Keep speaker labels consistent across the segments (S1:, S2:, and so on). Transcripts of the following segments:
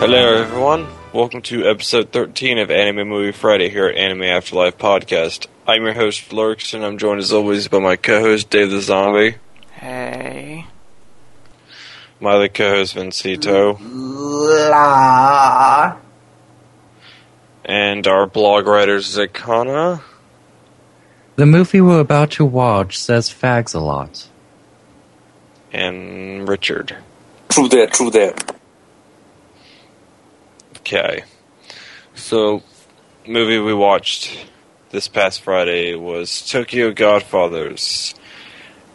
S1: Hello, everyone. Welcome to episode 13 of Anime Movie Friday here at Anime Afterlife Podcast. I'm your host, Lurks, and I'm joined as always by my co host, Dave the Zombie,
S2: Hey.
S1: my other co host, Vincito,
S2: La.
S1: and our blog writer, Zakana.
S3: The movie we're about to watch says fags a lot.
S1: and Richard.
S4: True that, true that.
S1: Okay. So, movie we watched this past Friday was Tokyo Godfathers,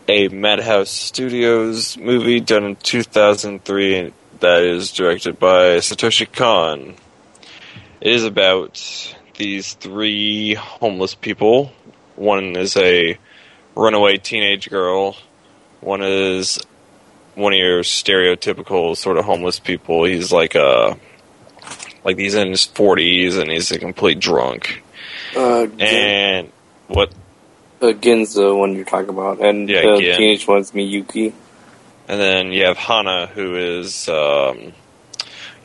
S1: a Madhouse Studios movie done in 2003 that is directed by Satoshi Kon. It is about these three homeless people. One is a runaway teenage girl. One is one of your stereotypical sort of homeless people. He's like a like he's in his forties and he's a complete drunk.
S4: Uh, Gen,
S1: And what?
S4: uh, Gen's the one you're talking about, and
S1: Yeah,
S4: the
S1: Gen.
S4: teenage one's Miyuki.
S1: And then you have Hana, who is, um,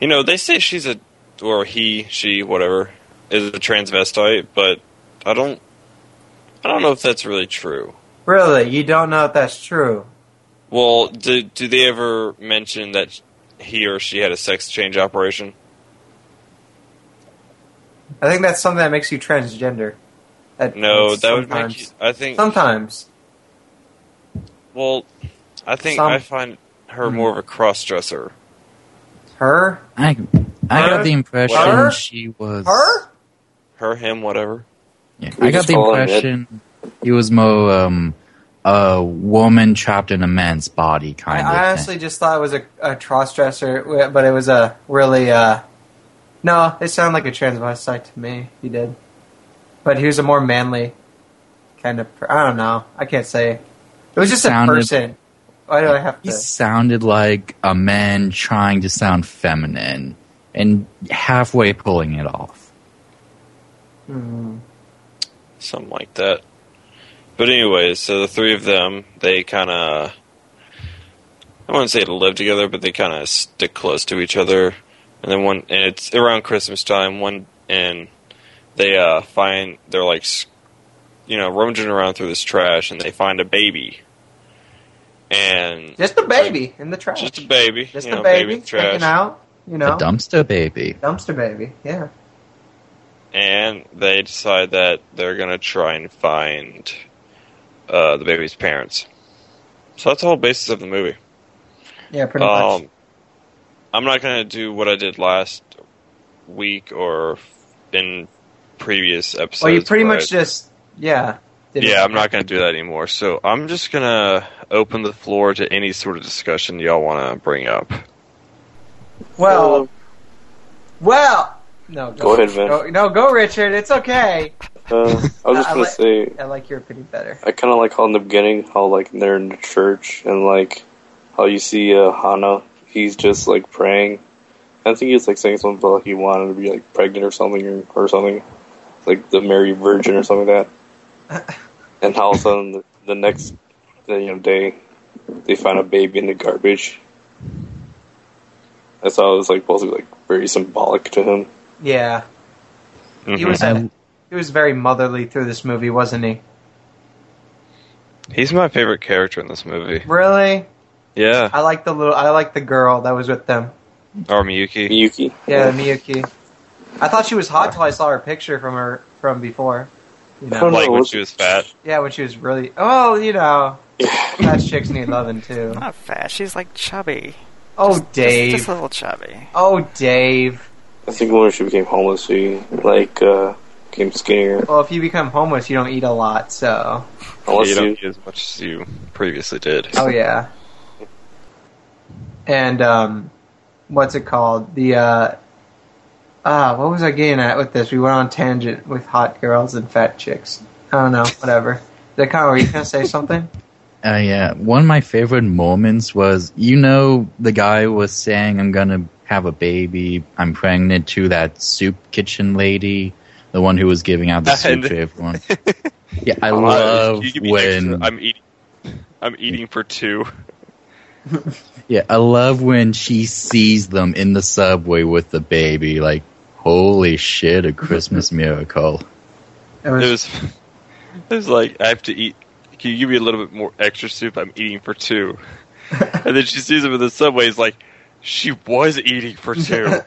S1: you know, they say she's a or he, she, whatever, is a transvestite, but I don't, I don't know if that's really true.
S2: Really? You don't know if that's true?
S1: Well, do do they ever mention that he or she had a sex change operation?
S2: I think that's something that makes you transgender. At
S1: No, that would
S2: sometimes.
S1: make you. I think.
S2: Sometimes.
S1: Well, I think
S2: Some-
S1: I find her more of a cross dresser.
S2: Her?
S3: I I
S2: Her?
S3: got the impression
S2: Her?
S3: she was.
S2: Her?
S1: Her, him, whatever.
S3: Yeah,
S4: Can we
S3: I got
S4: just
S3: the
S4: call it
S3: impression he was more um, a woman trapped in a man's body
S2: I,
S3: kind of.
S2: I honestly just thought it was a, a cross-dresser, but it was a really, uh... No, it sounded like a transvestite to me. He did. But he was a more manly kind of... Per- I don't know. I can't say. It was just
S3: Sounded-
S2: a person. Why do I have
S3: thing. He
S2: to...
S3: sounded like a man trying to sound feminine and halfway pulling it off.
S2: Hmm.
S1: something like that. But anyways, so the three of them, they kind of, I wouldn't say to live together, but they kind of stick close to each other. And then one, and it's around Christmas time. One, and they uh, find they're like, s- you know, rummaging around through this trash, and they find a baby, and
S2: Just a baby in the trash.
S1: just a baby,
S2: Just
S1: you
S2: a
S1: know,
S2: baby,
S1: in the trash,
S2: sticking out. You know,
S3: A dumpster baby.
S2: dumpster baby. Yeah.
S1: and they decide that they're gonna try and find uh, the baby's parents. So that's the whole basis of the movie.
S2: Yeah, pretty
S1: Um,
S2: much.
S1: I'm not gonna do what I did last week or in previous episodes.
S2: Well, you pretty
S1: where I-
S2: much just yeah. did it.
S1: yeah, I'm not gonna do that anymore. So I'm just gonna open the floor to any sort of discussion y'all want to bring up.
S2: Well, well. No,
S4: Go ahead, Vin.
S2: Go, no, go, Richard. It's okay.
S4: uh, I was just
S2: I
S4: gonna
S2: like-
S4: say,
S2: I like your opinion better.
S4: I kind of like how in the beginning, how like they're in the church and like how you see uh, Hana, he's just like praying. I think he's like saying something about he wanted to be like pregnant or something or, or something, like the Mary Virgin or something like that. and how all of a sudden the, the next you know day, they find a baby in the garbage. That's how it was like supposed to be like very symbolic to him.
S2: Yeah, he
S1: Mm-hmm.
S2: was.
S3: I-
S2: he was very motherly through this movie, wasn't he?
S1: Mm-hmm. He's my favorite character in this movie.
S2: Really?
S1: Yeah,
S2: I like the little. I like the girl that was with them.
S1: or Miyuki.
S4: Yuki.
S2: Yeah, Miyuki. I thought she was hot till I saw her picture from her from before. You know.
S4: don't
S1: Like
S4: know,
S1: when
S4: was-
S1: she was fat.
S2: Yeah, when she was really. Oh, you know, fat chicks need loving too.
S5: Not fat. She's like chubby.
S2: Oh,
S5: Just- just-
S2: Dave.
S5: Just, a little chubby.
S2: oh, Dave.
S4: I think when she became homeless, she like uh, became skinnier.
S2: Well, if you become homeless, you don't eat a lot. So.
S4: Unless
S1: you
S4: you,
S1: don't eat as much as you previously did.
S2: Oh yeah. And um, what's it called? The uh, ah, what was I getting at with this? We went on tangent with hot girls and fat chicks. I don't know. Whatever. That kind of. Were you gonna say something?
S3: Uh, yeah, one of my favorite moments was you know the guy was saying I'm gonna have a baby, I'm pregnant to that soup kitchen lady, the one who was giving out the soup
S1: And-
S3: to everyone. Yeah, I
S1: Uh,
S3: love
S1: you give me
S3: when
S1: extra- I'm eating. I'm eating for two.
S3: Yeah, I love when she sees them in the subway with the baby. Like, holy shit, a Christmas miracle.
S2: It
S1: It
S2: was,
S1: was, it was like, I have to eat. Can you give me a little bit more extra soup? I'm eating for two. and then she sees him in the subway. It's like, she was eating for two.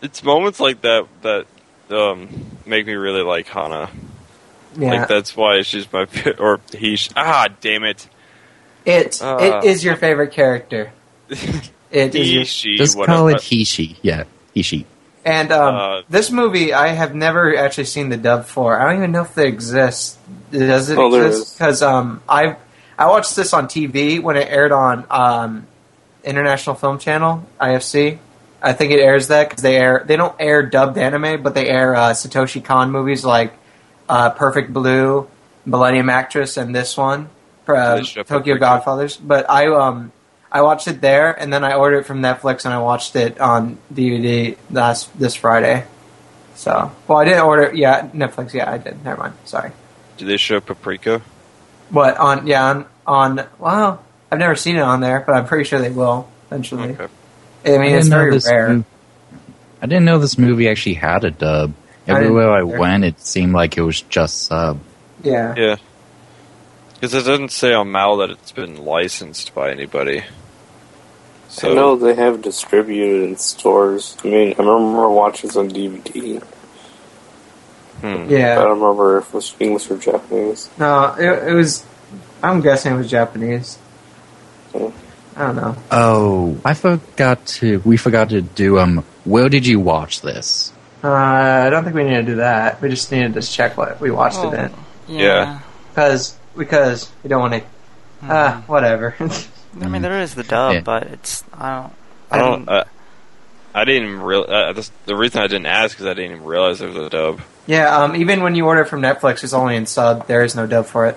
S1: it's moments like that that um, make me really like Hana.
S2: yeah.
S1: Like that's why she's my fa- or he. sh- Ah, damn it.
S2: it
S1: Uh,
S2: it is your favorite character. It is
S1: he,
S2: your,
S1: she,
S3: Just
S1: whatever.
S3: call it he she. Yeah, he she.
S2: and um,
S1: uh,
S2: this movie I have never actually seen the dub for. I don't even know if they exist. Does it
S4: Oh, there
S2: exist?
S4: is.
S2: Because um, I I watched this on TV when it aired on um, International Film Channel IFC. I think it airs that because they air they don't air dubbed anime, but they air uh, Satoshi Kon movies like uh, Perfect Blue, Millennium Actress, and this one, uh,
S1: They show
S2: Tokyo
S1: Perfect Blue.
S2: Godfathers. But I um I watched it there, and then I ordered it from Netflix, and I watched it on DVD last this Friday. So, well, I didn't order. Yeah, Netflix. Yeah, I did. Never mind. Sorry.
S1: Do they show paprika?
S2: What on? Yeah, on. on well, I've never seen it on there, but I'm pretty sure they will eventually.
S1: Okay.
S2: I mean, it's very rare.
S3: m- I didn't know this movie actually had a dub.
S2: I didn't
S3: Everywhere I,
S2: either.
S3: went, it seemed like it was just sub.
S2: Yeah.
S1: Yeah. Because it doesn't say on Mal that it's been licensed by anybody. So
S4: I know they have distributed in stores. I mean, I remember watching this on DVD.
S1: hmm.
S4: I
S2: Yeah.
S4: don't remember if it was English or Japanese.
S2: No, it, it was. I'm guessing it was Japanese.
S4: Yeah.
S2: I don't know.
S3: Oh, I forgot to. We forgot to do um. Where did you watch this?
S2: Uh, I don't think we need to do that. We just needed to check what we watched
S5: Oh,
S2: it in
S1: Yeah.
S2: because because we don't want to. Uh, whatever.
S5: I
S2: Mm.
S5: mean, there is the dub,
S3: Yeah.
S5: but it's I don't.
S1: I don't.
S5: didn't-
S1: Uh, I didn't even real. Uh, this, the reason I didn't ask is I didn't even realize there was a dub.
S2: yeah. Um. Even when you order from Netflix, it's only in sub. There is no dub for it.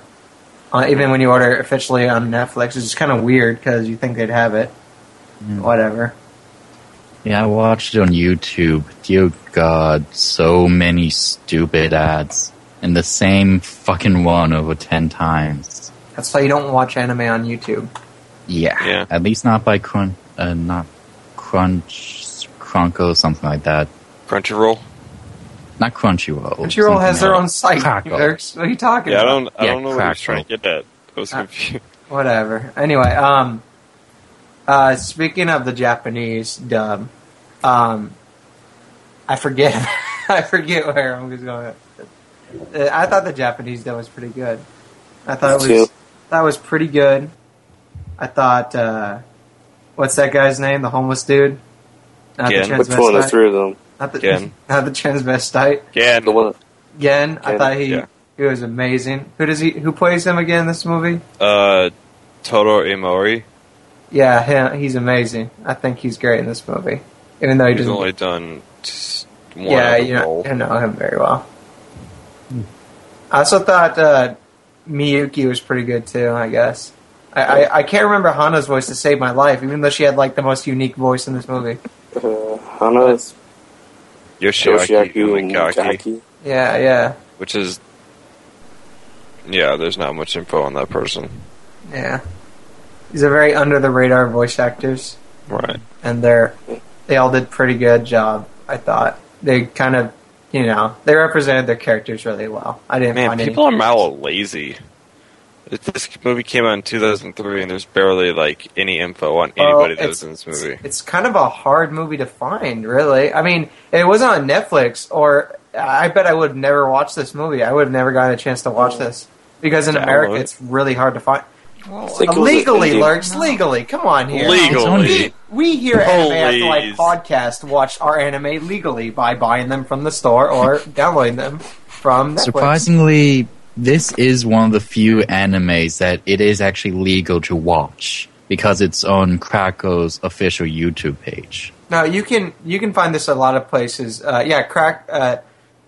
S2: Uh, even when you order officially on Netflix, it's just kind of weird because you think they'd have it.
S3: Hmm.
S2: Whatever.
S3: Yeah, I watched it on YouTube. Dear God, so many stupid ads, and the same fucking one over ten times.
S2: That's why you don't watch anime on YouTube.
S3: Yeah,
S1: Yeah.
S3: at least not by Crunch, uh, not Crunch, Crunko, something like that.
S1: Crunchyroll.
S3: Not Crunchyroll.
S2: Crunchyroll has
S3: something
S2: their
S3: else.
S2: own site.
S3: Crackle.
S2: What are you talking
S1: Yeah, I
S2: about?
S1: don't. I
S3: Yeah,
S1: don't know what he was trying
S3: Crackle.
S1: to get at. I was
S2: Uh,
S1: confused.
S2: Whatever. Anyway, um, uh, speaking of the Japanese dub, um, I forget. I forget where I'm just going. with it. Uh, I thought the Japanese dub was pretty good. I thought
S4: Me
S2: it was.
S4: too.
S2: That was pretty good. I thought. Uh, what's that guy's name? The homeless dude. Not the
S1: Gen.
S4: Which one? The
S2: transvestite.
S4: three of them.
S2: Not the,
S1: Gen.
S2: not the transvestite.
S1: Yeah,
S4: The one.
S2: Gen. I
S4: Gen,
S2: thought he
S1: yeah.
S2: he was amazing. Who does he? Who plays him again in this movie?
S1: uh, Toro Imori.
S2: Yeah, him, he's amazing. I think he's great in this movie, even though he
S1: He's
S2: doesn't.
S1: only done s- one
S2: yeah,
S1: other
S2: you know,
S1: role.
S2: you know him very well. I also thought uh, Miyuki was pretty good too. I guess I, I, I can't remember Hana's voice to save my life, even though she had like the most unique voice in this movie.
S4: Uh, Hana's
S1: Yoshiaki
S4: Yoshiaki
S1: Umekaki,
S4: Mukaki.
S2: Yeah, yeah,
S1: which is yeah. There's not much info on that person,
S2: yeah. These are very under the radar voice actors.
S1: right?
S2: and they're they all did pretty good job. I thought they kind of you know they represented their characters really well. I didn't
S1: Man,
S2: find
S1: people are
S2: any.
S1: mal lazy. It- This movie came out in 2003, and there's barely like any info on
S2: Well,
S1: anybody that
S2: it's-
S1: was in this movie.
S2: It's, it's kind of a hard movie to find, really. I mean, it wasn't on Netflix, or I bet I would have never watched this movie. I would have never gotten a chance to watch this because in
S1: Download
S2: America
S1: it.
S2: it's really hard to find. Oh,
S5: Well,
S4: Like, it was a
S2: legally,
S4: indie-
S2: Lurks, legally. Come on here.
S1: Legally,
S3: only-
S2: We here at Anime
S1: Please.
S2: Afterlife podcast watch our anime legally by buying them from the store or downloading them from Netflix.
S3: Surprisingly, this is one of the few animes that it is actually legal to watch because it's on Krakow's official YouTube page.
S2: No, you can you can find this a lot of places. Uh, yeah, crack. Uh,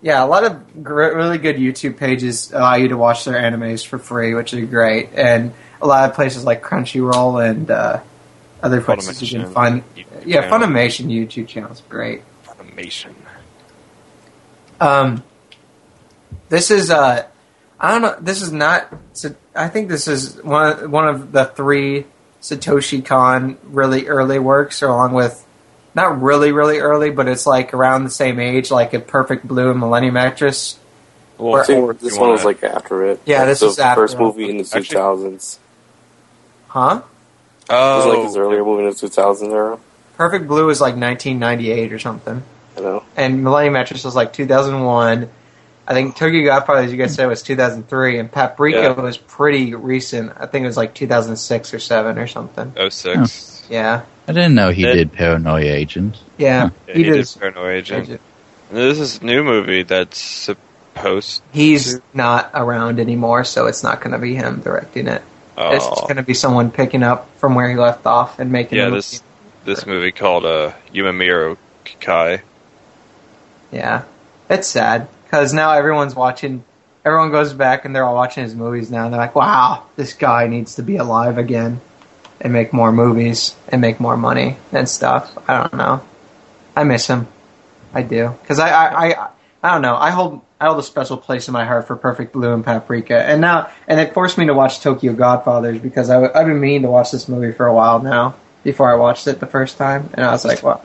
S2: yeah, a lot of gr- really good YouTube pages allow you to watch their animes for free, which is great. And a lot of places like Crunchyroll and uh, other places you can
S1: Funimation.
S2: find.
S1: YouTube
S2: Yeah,
S1: channel.
S2: Funimation YouTube channels great.
S1: Funimation.
S2: Um, this is uh, I don't know. This is not. Sa- I think this is one one of the three Satoshi Kon really early works, along with not really really early, but it's like around the same age, like a Perfect Blue and Millennium Actress.
S1: Well,
S4: I think
S1: fourth,
S4: this
S1: you
S4: one
S1: wanna-
S4: was like after it.
S2: Yeah,
S4: Like,
S2: this
S4: the
S2: is after
S4: first
S2: it.
S4: movie in the
S1: Actually-
S4: 2000s.
S2: Huh?
S4: It was
S1: oh,
S4: like his earlier movie in the 2000s era.
S2: Perfect Blue is like 1998 or something,
S4: You know,
S2: and Millennium Actress was like 2001. I think Tokyo Godfather, as you guys said, was 2003, and Paprika
S1: Yeah.
S2: was pretty recent. I think it was like 2006 or seven or something.
S1: Oh, 06.
S2: Yeah,
S3: I didn't know he
S1: That-
S3: did Paranoia Agent.
S2: yeah.
S1: Yeah,
S2: he
S1: he
S2: did.
S1: did Paranoid Agent. And This is a new movie that's supposed.
S2: He's not around anymore, so it's not going to be him directing it. It's
S1: Oh,
S2: going to be someone picking up from where he left off and making.
S1: yeah,
S2: a
S1: this
S2: movie.
S1: this movie called uh, Yumamiro Kai.
S2: Yeah, it's sad because now everyone's watching. Everyone goes back and they're all watching his movies now. And they're like, "Wow, this guy needs to be alive again and make more movies and make more money and stuff." I don't know. I miss him. I do because I, I I I don't know. I hold I hold a special place in my heart for Perfect Blue and Paprika, and now and it forced me to watch Tokyo Godfathers because I, have been meaning to watch this movie for a while now. Before I watched it the first time, and I was like, "Well,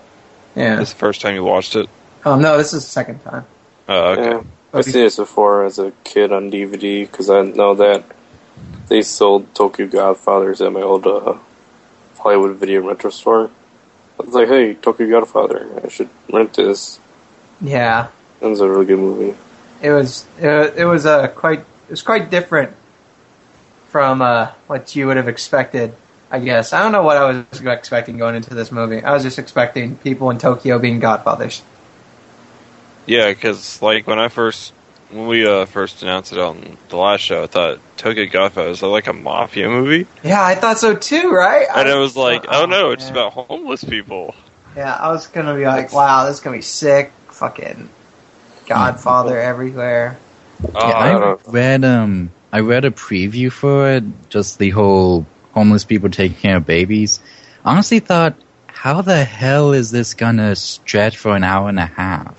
S2: yeah."
S1: This is the first time you watched it.
S2: Um, no, this is the second time.
S1: Oh, okay.
S4: yeah. I've seen this before as a kid on DVD because I know that they sold Tokyo Godfathers at my old uh, Hollywood video rental store. I was like, hey, Tokyo Godfather, I should rent this.
S2: Yeah,
S4: It was a really good movie.
S2: it was it, it was uh, quite it was quite different from uh, what you would have expected. I guess I don't know what I was expecting going into this movie. I was just expecting people in Tokyo being godfathers.
S1: Yeah, because like when I first when we uh, first announced it on the last show, I thought Tokyo Godfather was like a mafia movie,
S2: Yeah, I thought so too, right?
S1: and I was like, oh no, it's
S2: yeah.
S1: about homeless people.
S2: Yeah, I was gonna be like, wow, this is gonna be sick. Fucking Godfather
S1: Mm-hmm.
S2: everywhere.
S1: Oh,
S3: yeah, I
S4: I don't-
S3: read um I read a preview for it, just the whole homeless people taking care of babies. Honestly thought, how the hell is this gonna stretch for an hour and a half?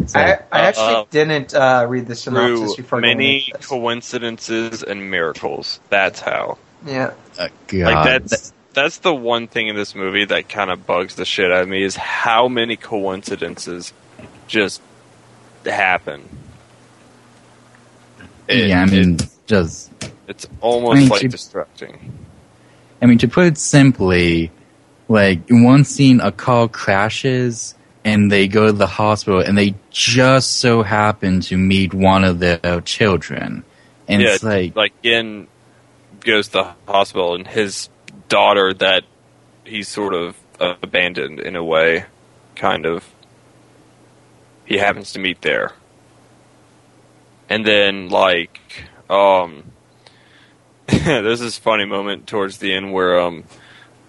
S3: It's
S2: I,
S3: like,
S2: I actually
S1: Uh,
S2: didn't uh, read the synopsis
S1: through
S2: before going
S1: many
S2: into this.
S1: coincidences and miracles. That's how.
S2: yeah,
S3: uh, God,
S1: Like
S3: that-
S1: that's that's the one thing in this movie that kind of bugs the shit out of me is how many coincidences just happen. It-
S3: yeah, I mean,
S1: it-
S3: just
S1: it's almost
S3: I mean,
S1: like
S3: she-
S1: distracting.
S3: I mean, to put it simply, like in one scene, a car crashes and they go to the hospital, and they just so happen to meet one of their children, and
S1: yeah,
S3: it's like,
S1: like Yin goes to the hospital and his daughter that he's sort of uh, abandoned in a way, kind of. He happens to meet there, and then like um, there's this funny moment towards the end where um.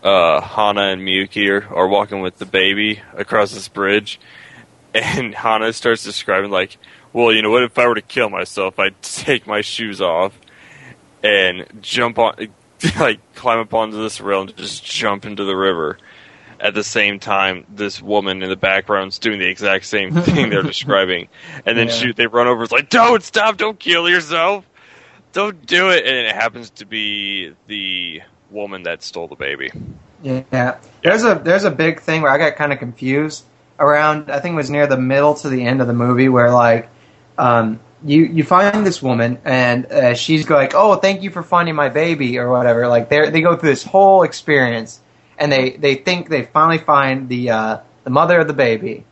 S1: Uh, Hana and Miyuki are, are walking with the baby across this bridge, and Hana starts describing like, "Well, you know what? If I were to kill myself, I'd take my shoes off and jump on, like, climb up onto this rail and just jump into the river." At the same time, this woman in the background's doing the exact same thing they're describing, and then
S2: Yeah.
S1: shoot, they run over. It's like, "Don't stop! Don't kill yourself! Don't do it!" And it happens to be the woman that stole the baby.
S2: Yeah. There's a there's a big thing where I got kind of confused around I think it was near the middle to the end of the movie where like um you you find this woman and uh, she's go like, "Oh, thank you for finding my baby" or whatever. Like they they go through this whole experience and they they think they finally find the uh the mother of the baby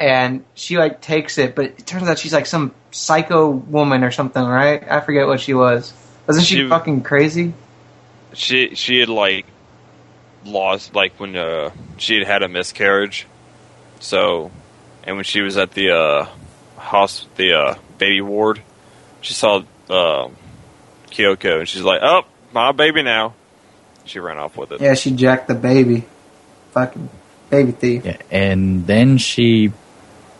S2: and she like takes it, but it turns out she's like some psycho woman or something, right? I forget what she was. Wasn't she,
S1: She-
S2: fucking crazy?
S1: she she had like lost like when uh she had had a miscarriage so and when she was at the uh house the uh baby ward she saw uh, kyoko and she's like oh my baby now she ran off with it
S2: Yeah, she jacked the baby. Fucking baby thief.
S3: yeah, and then she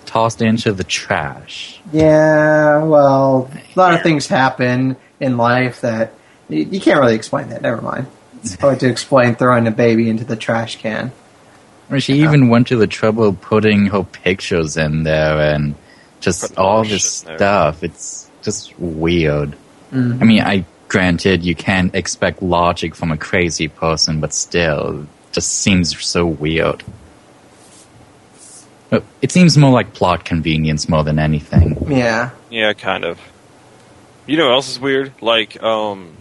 S3: tossed into the trash.
S2: Yeah, well, a lot of things happen in life that you, you can't really explain that. Never mind. It's hard to explain throwing a baby into the trash can.
S3: Or she even went to the trouble of putting her pictures in there and just
S1: Putting
S3: all
S1: her
S3: this
S1: shit in there.
S3: stuff. It's just weird.
S2: Mm.
S3: I mean, I granted you can't expect logic from a crazy person, but still, it just seems so weird. But It seems more like plot convenience more than anything.
S2: Yeah.
S1: Yeah, kind of. You know what else is weird? Like, um,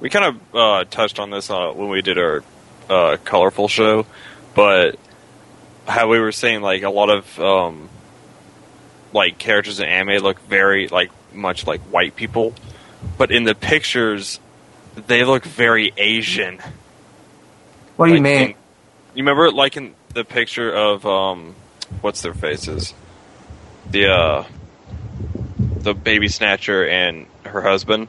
S1: we kind of uh, touched on this uh, when we did our uh, colorful show, but how we were saying, like, a lot of um, like characters in anime look very like much like white people, but in the pictures, they look very Asian.
S2: What do you
S1: Like,
S2: mean?
S1: in- you remember, like in the picture of um, what's their faces? The uh, the baby snatcher and her husband.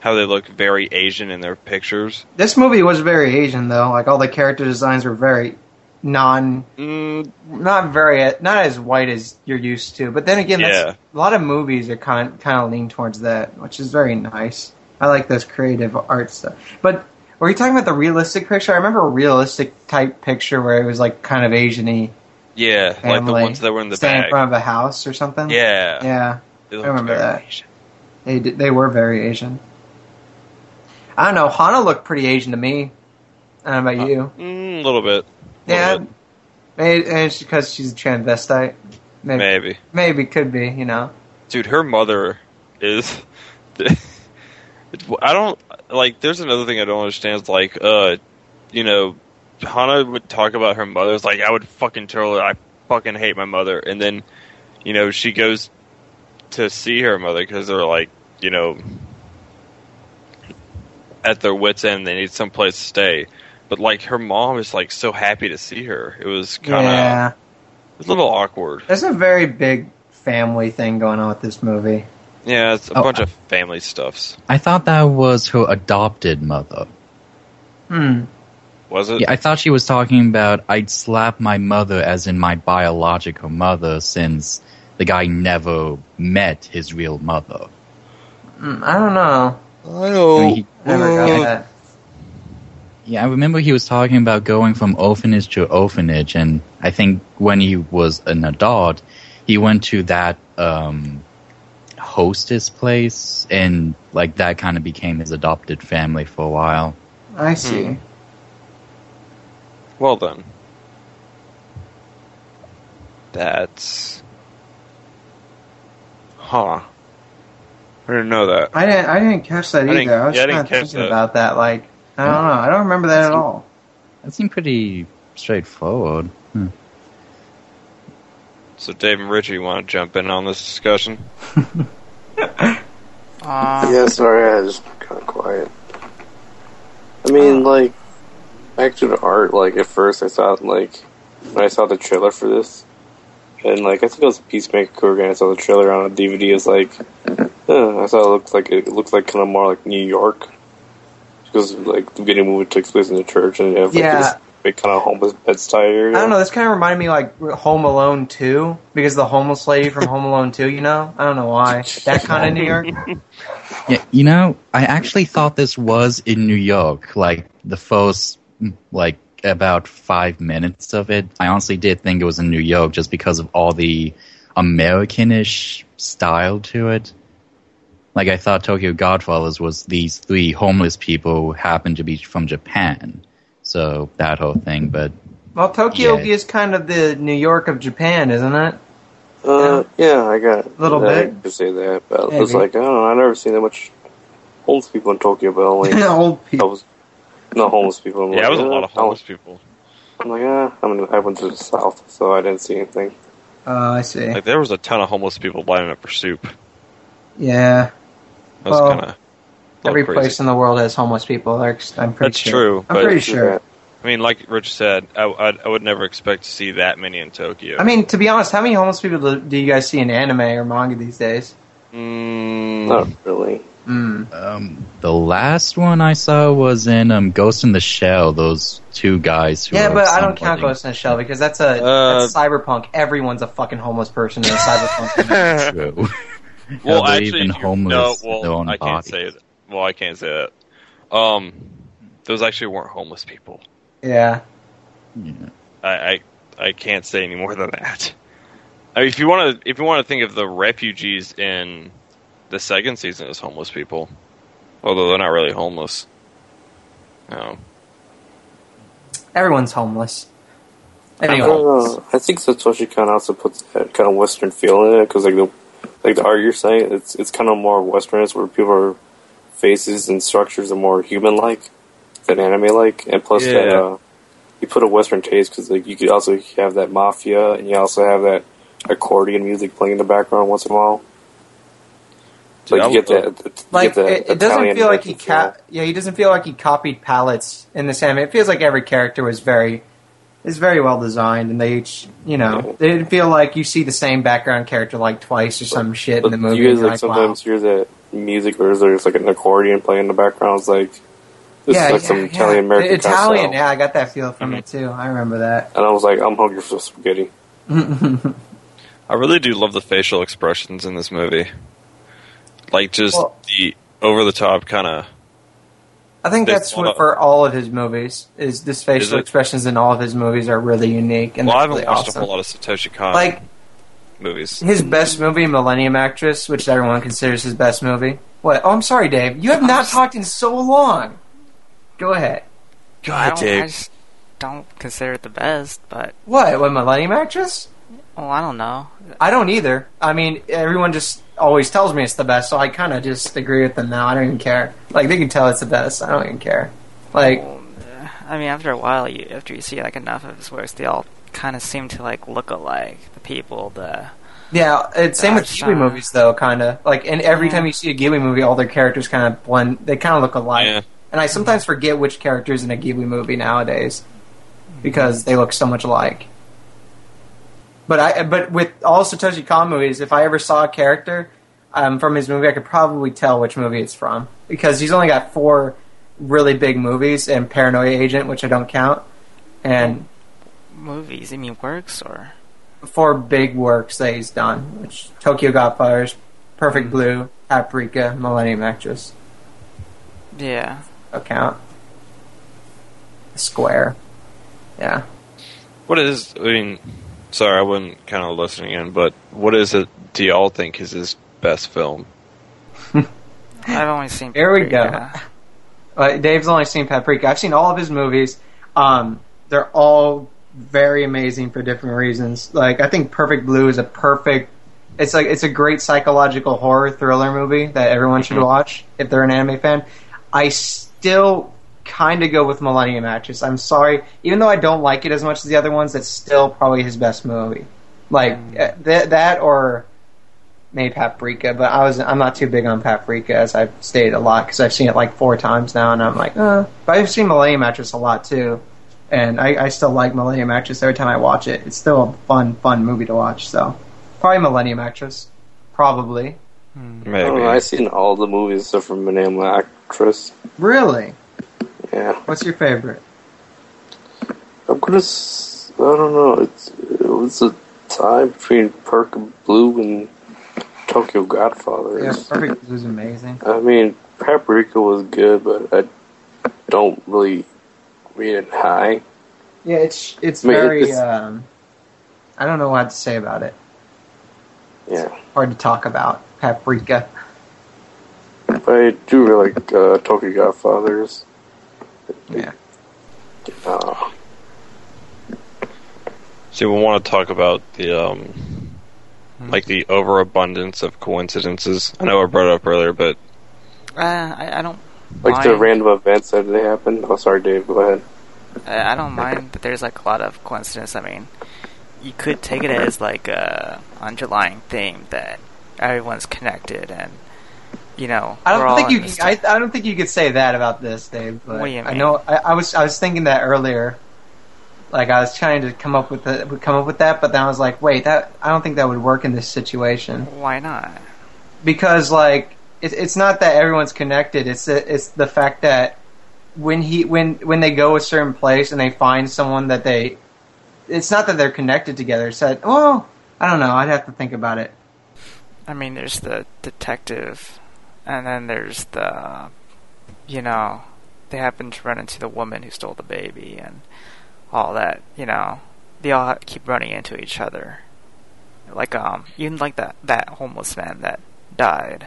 S1: How they look very Asian in their pictures.
S2: This movie was very Asian though. Like all the character designs were very non,
S1: Mm,
S2: not very, not as white as you're used to. But then again,
S1: Yeah.
S2: that's, a lot of movies are kind kind of lean towards that, which is very nice. I like this creative art stuff. But were you talking about the realistic picture? I remember a realistic type picture where it was like kind of Asian-y,
S1: yeah, like the
S2: family
S1: ones that were in the
S2: standing in
S1: bag.
S2: front of a house or something.
S1: yeah,
S2: yeah.
S1: they
S2: I remember
S1: very
S2: that.
S1: Asian.
S2: They did, they were very Asian. I don't know. Hana looked pretty Asian to me. I don't know about you.
S1: Mm, a little bit.
S2: Yeah,
S1: Little
S2: maybe and it's because she's a transvestite. Maybe, maybe,
S1: maybe.
S2: could be. You know,
S1: Dude, her mother is. I don't like. There's another thing I don't understand. It's like, uh, you know, Hana would talk about her mother. It's like I would fucking tell her I fucking hate my mother, and then, you know, she goes to see her mother because they're like, you know, at their wits' end. They need some place to stay. But like, her mom is like so happy to see her. It was kind of
S2: yeah.
S1: a little awkward.
S2: There's a very big family thing going on with this movie.
S1: Yeah, it's a
S3: Oh,
S1: bunch
S3: I-
S1: of family stuffs.
S3: I thought that was her adopted mother.
S2: Hmm.
S1: Was it?
S3: Yeah, I thought she was talking about I'd slap my mother as in my biological mother since the guy never met his real mother.
S2: Mm, I don't know.
S1: I
S3: I
S1: know.
S3: mean, he-
S2: I never got that.
S3: Yeah, I remember he was talking about going from orphanage to orphanage, and I think when he was an adult, he went to that um, hostess place, and like that kind of became his adopted family for a while.
S2: I see.
S1: Hmm. Well then. That's. Huh. I didn't know that.
S2: I didn't. I didn't catch that
S1: I
S2: either.
S1: didn't-
S2: I, was
S1: yeah, I didn't
S2: not
S1: catch
S2: thinking
S1: that. Hmm.
S2: about that. Like, I don't know. I don't remember that at all.
S3: That seemed pretty straightforward.
S1: So Dave and Richie want to jump in on this discussion? uh,
S5: Um,
S4: Yeah, sorry, I was kind of quiet. I mean,
S2: Oh.
S4: like, back to the art, like, at first I thought, like, when I saw the trailer for this, and, like, I think it was Peacemaker Kurgan, I saw the trailer on a DVD, it's like, uh, I thought it looked like, it looked like kind of more like New York. Because, like, the beginning movie takes place in the church, and you have, like,
S2: Yeah.
S4: this big kind of homeless bedside area.
S2: I don't know. This kind of reminded me like Home Alone 2 because the homeless lady from Home Alone 2. You know, I don't know why that kind of New York.
S3: Yeah, you know, I actually thought this was in New York. Like the first, mm, like about five minutes of it, I honestly did think it was in New York just because of all the Americanish style to it. Like I thought Tokyo Godfathers was these three homeless people who happened to be from Japan, so that whole thing. But
S2: Well, Tokyo
S3: Yeah.
S2: is kind of the New York of Japan, isn't it?
S4: Uh, yeah, I got it.
S2: Little
S4: I
S2: bit.
S4: could say that, but it's
S2: Maybe.
S4: like I don't know. I never seen that much homeless people in Tokyo, but only I
S2: Old
S1: Oh.
S2: people.
S4: was not homeless people. I'm
S1: Yeah,
S4: like,
S1: it was a
S4: eh,
S1: lot of
S4: I was-
S1: homeless people.
S4: I'm like, eh, I mean, I went to the south, so I didn't see anything.
S2: Oh, I see.
S1: Like there was a ton of homeless people lining up for soup.
S2: yeah,
S1: That was
S2: Well,
S1: kind of.
S2: every
S1: crazy.
S2: place in the world has homeless people. Like, I'm pretty
S1: That's
S2: sure.
S1: true,
S2: I'm
S1: but-
S2: pretty sure.
S1: I mean, like Rich said, I, I, I would never expect to see that many in Tokyo.
S2: I mean, to be honest, how many homeless people do, do you guys see in anime or manga these days?
S1: Mm,
S4: Not really.
S2: Mm.
S3: um, the last one I saw was in um, Ghost in the Shell. Those two guys. Who
S2: Yeah,
S3: are
S2: but I don't count
S3: somewhat-
S2: Ghost in the Shell because that's a
S1: Uh,
S2: that's cyberpunk. Everyone's a fucking homeless person in a cyberpunk.
S3: True.
S1: Well,
S3: How they're
S1: actually,
S3: even
S1: you-
S3: homeless
S1: No, well,
S3: in their own
S1: I can't
S3: bodies.
S1: say that. Well, I can't say that. Um, those actually weren't homeless people.
S2: yeah,
S1: I, I I can't say any more than that. I mean, if you want to, if you want to think of the refugees in the second season is homeless people, although they're not really homeless. No,
S2: Everyone's homeless.
S4: I,
S2: Anyway,
S4: don't know. I think Satoshi Kon also puts that kind of Western feel in it because like the like the art you're saying, it's it's kind of more Westernist where people are faces and structures are more human like than anime like, and plus that
S1: Yeah.
S4: uh, you put a Western taste because like you could also have that mafia and you also have that accordion music playing in the background once in a while. So
S1: Dude, I
S4: like you get
S1: would-
S4: that. you get
S2: like
S4: that
S2: it, it doesn't
S4: Italian
S2: feel like he
S4: Western feel.
S2: ca- yeah he doesn't feel like he copied palettes in this anime. It feels like every character was very is very well designed, and they each you know
S4: Yeah.
S2: they didn't feel like you see the same background character like twice or some shit in
S4: But
S2: the movie.
S4: You
S2: and
S4: guys
S2: you're
S4: like,
S2: like, wow.
S4: sometimes hear that music, or there's like an accordion playing in the background. It's like this is like some Italian American Mm-hmm.
S2: The Italian,
S4: style.
S2: yeah, I got that feel from it too. I remember that.
S4: And I was like, I'm hungry for spaghetti.
S1: I really do love the facial expressions in this movie, like just
S2: Well-
S1: the over the top kind of.
S2: I think
S1: There's
S2: that's
S1: one
S2: what
S1: of-
S2: for all of his movies is this facial
S1: it-
S2: expressions in all of his movies are really unique and
S1: Well, I
S2: that's
S1: haven't
S2: really
S1: watched
S2: awesome.
S1: a whole lot of Satoshi Kon
S2: Like
S1: movies.
S2: his best movie, Millennium Actress, which everyone considers his best movie. What? Oh, I'm sorry, Dave. You have not talked in so long. Go
S5: I
S2: ahead.
S5: don't.
S1: God,
S5: I
S1: Dave,
S5: just don't consider it the best, but
S2: What? What Millennium Actress?
S5: oh, I don't know.
S2: I don't either. I mean, everyone just always tells me it's the best, so I kind of just agree with them now. I don't even care. Like they can tell it's the best. I don't even care. Like
S5: Well, I mean, after a while, you after you see like enough of his works, they all kind of seem to like look alike. The people, the
S2: Yeah, it's same with
S5: Gosh,
S2: Ghibli
S5: uh,
S2: movies though, kind of like. And every
S5: Yeah.
S2: time you see a Ghibli movie, all their characters kind of blend. They kind of look alike.
S1: Yeah.
S2: And I sometimes forget which characters in a Ghibli movie nowadays because they look so much alike. But I, but with all Satoshi Kon movies, if I ever saw a character um, from his movie, I could probably tell which movie it's from because he's only got four really big movies and Paranoia Agent, which I don't count, and
S5: movies. I mean, works or
S2: four big works that he's done, which Tokyo Godfathers, Perfect Blue, Paprika, Millennium Actress
S5: yeah.
S2: account, Square. Yeah,
S1: what is? I mean, sorry, I wasn't kind of listening in, but what is it? Do y'all think is his best film?
S5: I've only seen.
S2: Here we go.
S5: Paprika.
S2: but Uh, Dave's only seen Paprika. I've seen all of his movies. Um, they're all very amazing for different reasons. Like I think Perfect Blue is a perfect. It's like it's a great psychological horror thriller movie that everyone should watch if they're an anime fan. I still kind of go with Millennium Actress. I'm sorry, even though I don't like it as much as the other ones, that's still probably his best movie. Like uh, th- that or maybe Paprika, but I was I'm not too big on Paprika as I've stated a lot because I've seen it like four times now, and I'm like, uh. but I've seen Millennium Actress a lot too, and I, I still like Millennium Actress every time I watch it. It's still a fun fun movie to watch, so probably Millennium Actress, probably.
S1: Maybe.
S4: I don't
S2: Oh,
S4: know. I've seen all the movies except for Millennium Actress.
S2: Really,
S4: Yeah,
S2: what's your favorite?
S4: I'm gonna. s- I don't know. It's it was a tie between Perk and Blue and Tokyo Godfather.
S2: Yeah, Perfect Blue is amazing.
S4: I mean, Paprika was good, but I don't really rate it high.
S2: Yeah, it's it's
S4: I mean,
S2: very.
S4: it's-
S2: Um, I don't know what to say about it.
S4: Yeah,
S2: Hard to talk about Paprika.
S4: but I do really like uh, Tokyo Godfathers.
S2: Yeah.
S4: Uh,
S1: See, we want to talk about the um, like the overabundance of coincidences. I know I brought it up earlier, but
S5: Uh, I, I don't.
S4: like the
S5: mind-
S4: random events that they happen. Oh, sorry, Dave. Go ahead.
S5: I I don't mind that there's like a lot of coincidence. I mean, you could take it as like a underlying theme that everyone's connected and you know.
S2: I
S5: we're all
S2: don't think
S5: in
S2: you.
S5: this
S2: Can, I,
S5: to-
S2: I don't think you could say that about this, Dave. But
S5: What do you
S2: I
S5: mean?
S2: know. I, I was. I was thinking that earlier. Like I was trying to come up with the, come up with that, but then I was like, wait, that I don't think that would work in this situation
S5: Why not?
S2: because like it, it's not that everyone's connected. It's the- it's the fact that when he when when they go a certain place and they find someone that they, it's not that they're connected together. It's that oh, I don't know. I'd have to think about it.
S5: I mean, there's the detective, and then there's the, you know, they happen to run into the woman who stole the baby and all that. You know, they all ha- keep running into each other. Like um, even like that that homeless man that died.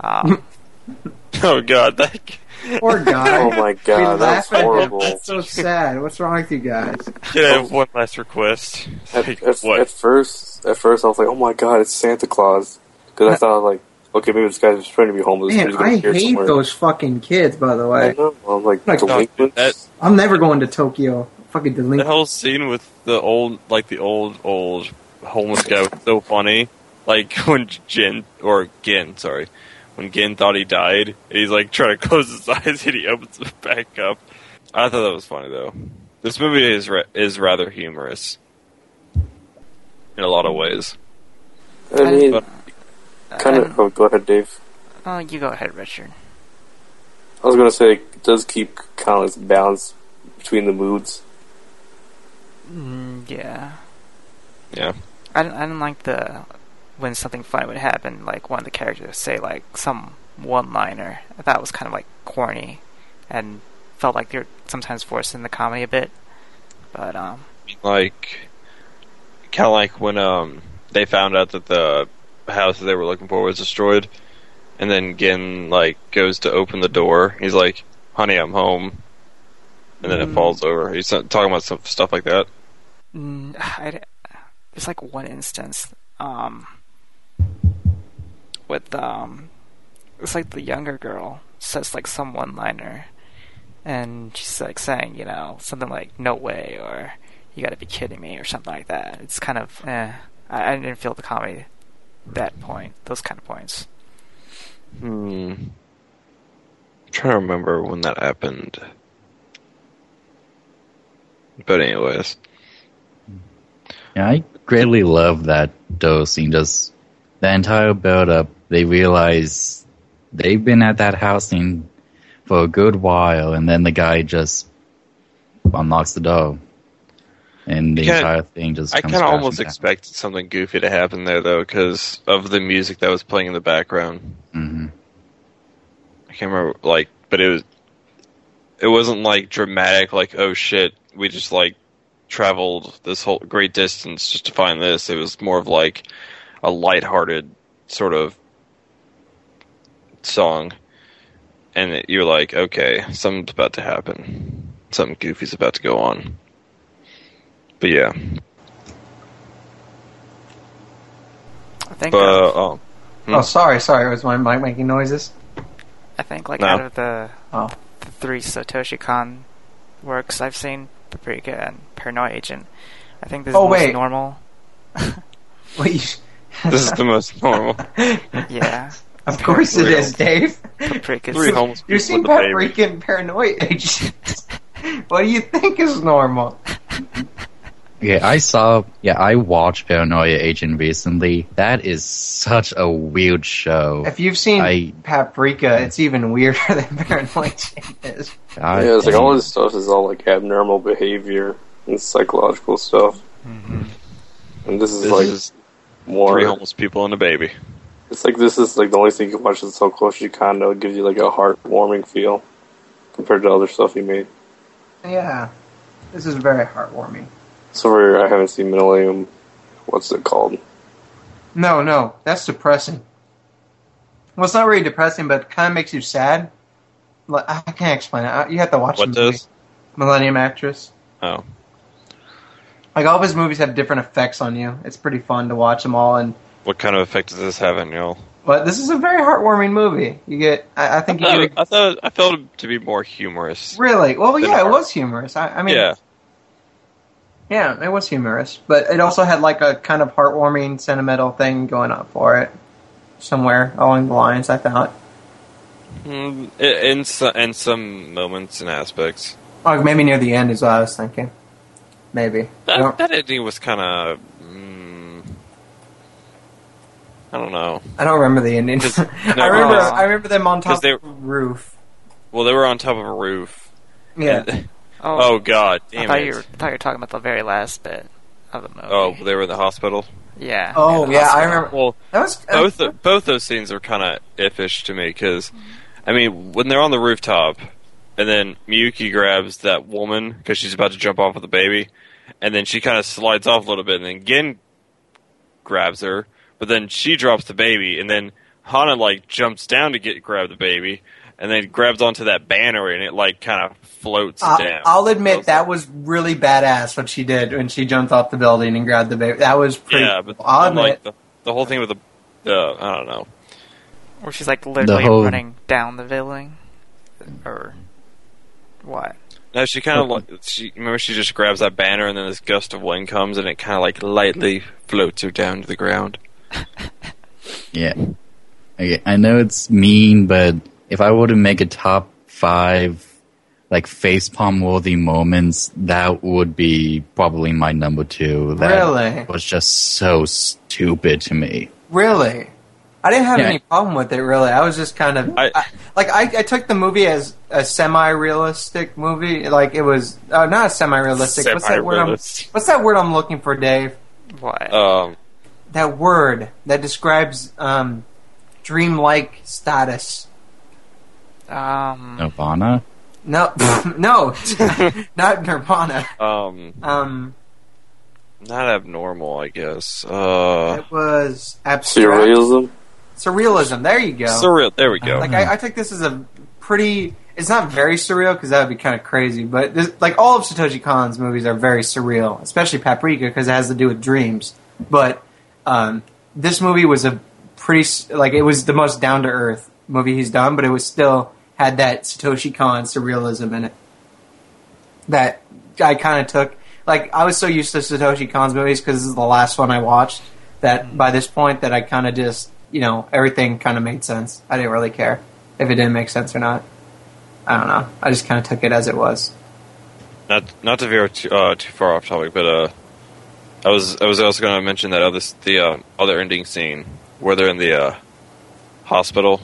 S5: Um,
S1: Oh god, that
S2: Poor guy.
S4: Oh my god, that was
S2: laugh at him.
S4: horrible.
S2: That's so sad. What's wrong with you guys?
S1: Can I have one last request?
S4: At,
S1: Like,
S4: at,
S1: what?
S4: at first, at first, I was like, "Oh my god, it's Santa Claus," because I thought like, "Okay, maybe this guy's just trying to be homeless." but
S2: Man,
S4: he's gonna
S2: I
S4: appear
S2: hate
S4: somewhere.
S2: those fucking kids. By
S4: I
S2: the way,
S4: know. I'm like,
S2: Like,
S1: no, dude,
S4: delinquents?
S1: that-
S2: I'm never going to Tokyo. Fucking
S1: the
S2: delinquent.
S1: whole scene with the old, like the old, old homeless guy was so funny. Like when Jin or Gin, sorry, when Gin thought he died, and he's like trying to close his eyes, and he opens it back up. I thought that was funny though. This movie is ra- is rather humorous in a lot of ways.
S4: I mean,
S1: But
S4: kind
S5: and-
S4: of. Oh, go ahead, Dave.
S5: Um, oh, you go ahead, Richard.
S4: I was gonna say, it does keep kind of this balance between the moods.
S5: Mm, yeah.
S1: yeah,
S5: I didn't, I didn't like the when something funny would happen, like one of the characters would say like some one-liner. I thought it was kind of like corny, and felt like they're sometimes forcing the comedy a bit. But um,
S1: like kind of like when um they found out that the house that they were looking for was destroyed, and then Gin like goes to open the door. He's like, "Honey, I'm home," and then it falls over. He's not talking about some stuff like that.
S5: mm, I, there's like one instance um with um it's like the younger girl says like some one-liner, and she's like saying you know something like "No way" or "You got to be kidding me" or something like that. It's kind of eh. I, I didn't feel the comedy that point, those kind of points.
S1: Hmm. I'm trying to remember when that happened. But anyways,
S3: Yeah, I greatly love that Doe scene. Just the entire build up, they realize they've been at that house scene for a good while, and then the guy just unlocks the door. And the
S1: Kinda-
S3: entire thing just
S1: I
S3: comes
S1: kind of
S3: crashing
S1: almost
S3: down.
S1: expected something goofy to happen there though, because of the music that was playing in the background.
S3: Mhm.
S1: I can't remember like but it was it wasn't like dramatic like oh shit we just like traveled this whole great distance just to find this it was more of like a lighthearted sort of song and it, you're like okay something's about to happen something goofy's about to go on but yeah
S5: I think uh,
S1: but um,
S2: Oh, sorry, sorry. It was my mic making noises.
S5: I think like
S1: No.
S5: out of the,
S2: Oh.
S5: the three Satoshi Kon works I've seen, Paprika and Paranoia Agent, I think this is
S2: Oh,
S5: the most
S2: wait.
S5: normal.
S2: Wait,
S1: this is the most normal
S5: Yeah,
S2: of course it
S1: Real.
S2: is, Dave.
S5: Paprika's
S1: three homeless
S2: You've
S1: people
S2: seen
S1: with a baby.
S2: Paprika and Paranoid Agent. what do you think is normal?
S3: Okay, I saw. Yeah, I watched Paranoia Agent recently. That is such a weird show.
S2: If you've seen
S3: I-
S2: Paprika, it's even weirder than Paranoid Agent is.
S3: God
S4: yeah, it's like
S3: damn.
S4: all this stuff is all like abnormal behavior and psychological stuff.
S1: Mm-hmm.
S4: And this is
S1: this
S4: like
S1: is
S4: more.
S1: three homeless people and a baby
S4: It's like this is like the only thing you can watch that's so close to Kondo. It gives you like a heartwarming feel compared to other stuff he made.
S2: Yeah, this is very heartwarming.
S4: So for- I haven't seen Millennium. What's it called?
S2: No, no, that's depressing. Well, it's not really depressing, but it kind of makes you sad. Like, I can't explain it. I- You have to watch
S1: what
S2: the movie.
S1: does
S2: Millennium Actress.
S1: oh
S2: Like all of his movies have different effects on you. It's pretty fun to watch them all. And
S1: What kind of effect does this have on y'all?
S2: but this is a very heartwarming movie. You get, I, I think you
S1: I
S2: get
S1: I thought I felt it to be more humorous.
S2: really well.
S1: Been
S2: Yeah, it
S1: hard.
S2: was humorous. I, I mean,
S1: yeah,
S2: yeah, it was humorous, but it also had like a kind of heartwarming, sentimental thing going on for it somewhere along the lines. I thought.
S1: Mm, i- in so- in some moments and aspects,
S2: Oh, maybe near the end is what I was thinking. Maybe. I
S1: that,
S2: don't,
S1: that ending was kind of. Mm, I don't know.
S2: I don't remember the ending.
S1: Just- no,
S2: I remember.
S1: because-
S2: I remember them on top
S1: because they-
S2: of the roof.
S1: Well, they were on top of a roof.
S2: Yeah.
S1: And-
S5: Oh,
S1: oh God,
S5: I
S1: damn
S5: thought
S1: it!
S5: you were, I thought you were talking about the very last bit of the movie.
S1: Oh, they were in the hospital.
S5: yeah.
S2: Oh yeah, I
S5: hospital.
S2: remember.
S1: Well,
S2: That was
S1: both the, both those scenes are kind of iffish to me because, I mean, when they're on the rooftop, and then Miyuki grabs that woman because she's about to jump off with the baby, and then she kind of slides off a little bit, and then Gin grabs her, but then she drops the baby, and then Hana like jumps down to get grab the baby, and then grabs onto that banner and it like kind of floats
S2: I,
S1: down.
S2: I'll admit
S1: So
S2: that was really badass what she did when she jumped off the building and grabbed the baby. That was pretty.
S1: yeah, but
S2: I'll
S1: then, like
S2: admit,
S1: the, the whole thing with the uh, I don't know.
S5: Or she's like literally
S3: whole-
S5: running down the building, or what?
S1: No, she kind of like she remember she just grabs that banner and then this gust of wind comes and it kind of like lightly floats her down to the ground.
S3: Yeah. Okay, I know it's mean, but if I were to make a top five, like facepalm worthy moments, that would be probably my number two. That
S2: Really?
S3: was just so stupid to me.
S2: really, I didn't have
S3: Yeah.
S2: any problem with it. Really, I was just kind of
S1: I-
S2: I, like I, I took the movie as a semi-realistic movie. Like it was uh, not a semi-realistic. What's that word? I'm,
S1: Semi-realist.
S2: what's that word I'm looking for, Dave?
S5: What?
S1: Um,
S2: That word that describes um, dreamlike status.
S1: Oh.
S5: um,
S3: Nirvana?
S2: No, no, not Nirvana.
S1: um,
S2: Um,
S1: not abnormal, I guess. Uh,
S2: It was abstract.
S4: Surrealism?
S2: Surrealism. There you go.
S1: surreal. There we go.
S2: like I, I think this is a pretty. It's not very surreal because that would be kind of crazy. But this, like all of Satoshi Kon's movies are very surreal, especially Paprika because it has to do with dreams. But um, this movie was a pretty s- like it was the most down to earth movie he's done, but it was still had that Satoshi Kon surrealism in it that I kind of took. Like I was so used to Satoshi Kon's movies because this is the last one I watched. That by this point, that I kind of just you know everything kind of made sense. I didn't really care if it didn't make sense or not. I don't know. I just kind of took it as it was.
S1: not not to veer too, uh, too far off topic, but uh, I was I was also going to mention that other s- the uh, other ending scene where they're in the uh, hospital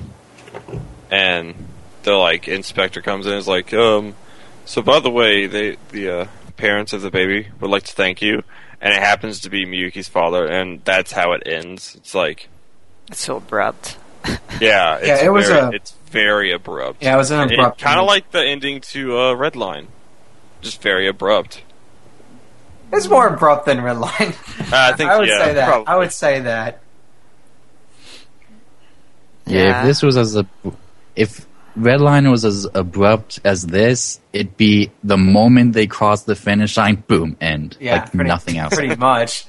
S1: and the like inspector comes in and is like, um, so by the way, they the uh, parents of the baby would like to thank you, and it happens to be Miyuki's father, and that's how it ends. It's like,
S5: it's so abrupt.
S1: yeah, it's
S2: Yeah, it was
S1: very,
S2: a-
S1: it's very abrupt.
S2: Yeah, it was an abrupt.
S1: kind of like the ending to uh, Red Line, just very abrupt.
S2: it's more abrupt than Red Line.
S1: Uh, I think
S2: would
S1: yeah,
S2: say that.
S1: probably.
S2: I would say that.
S3: Yeah,
S5: Yeah.
S3: if this was as a, if Redline was as abrupt as this, it'd be the moment they cross the finish line, boom, end.
S2: Yeah,
S3: like
S2: pretty,
S3: nothing else.
S2: Pretty much.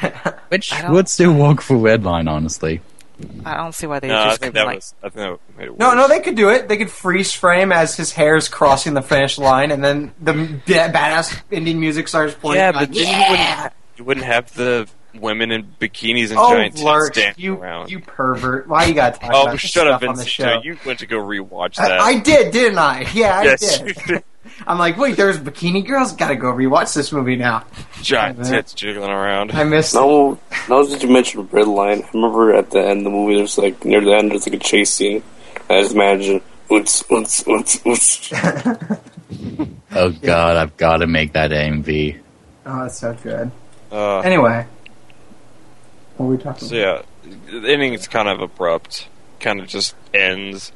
S3: Which
S5: I don't-
S3: would still work for Redline, honestly.
S5: I don't see why they
S1: No, I
S5: just
S1: think that
S5: didn't like.
S1: was. I think that made it
S2: No,
S1: worse.
S2: no, they could do it. They could freeze frame as his hair is crossing the finish line, and then the ba- badass Indian music starts playing.
S1: Yeah,
S2: Like,
S1: but then
S2: yeah!
S1: you wouldn't. You wouldn't have the women in bikinis and
S2: oh,
S1: giant tits
S2: Lurch,
S1: dancing
S2: you
S1: around.
S2: you pervert! Why you got to talk about
S1: oh,
S2: this
S1: shut
S2: stuff
S1: up,
S2: on the
S1: Vincent!
S2: show?
S1: You went to go rewatch
S2: I,
S1: that.
S2: I did, didn't I? Yeah, I
S1: yes, you
S2: did.
S1: did.
S2: I'm like, wait, there's bikini girls. Gotta go rewatch this movie now.
S1: giant
S2: Man.
S1: tits jiggling around.
S2: I missed. it.
S4: No, now that you mentioned Red Line, I remember at the end of the movie, there's like, near the end, there's like a chase scene. I just imagine, oonts, oonts, oonts, oonts.
S3: Oh god, I've got to make that AMV.
S2: Oh, that's so good.
S1: Uh,
S2: Anyway, what were we talking?
S1: so
S2: about?
S1: yeah, the ending's kind of abrupt. Kind of just ends.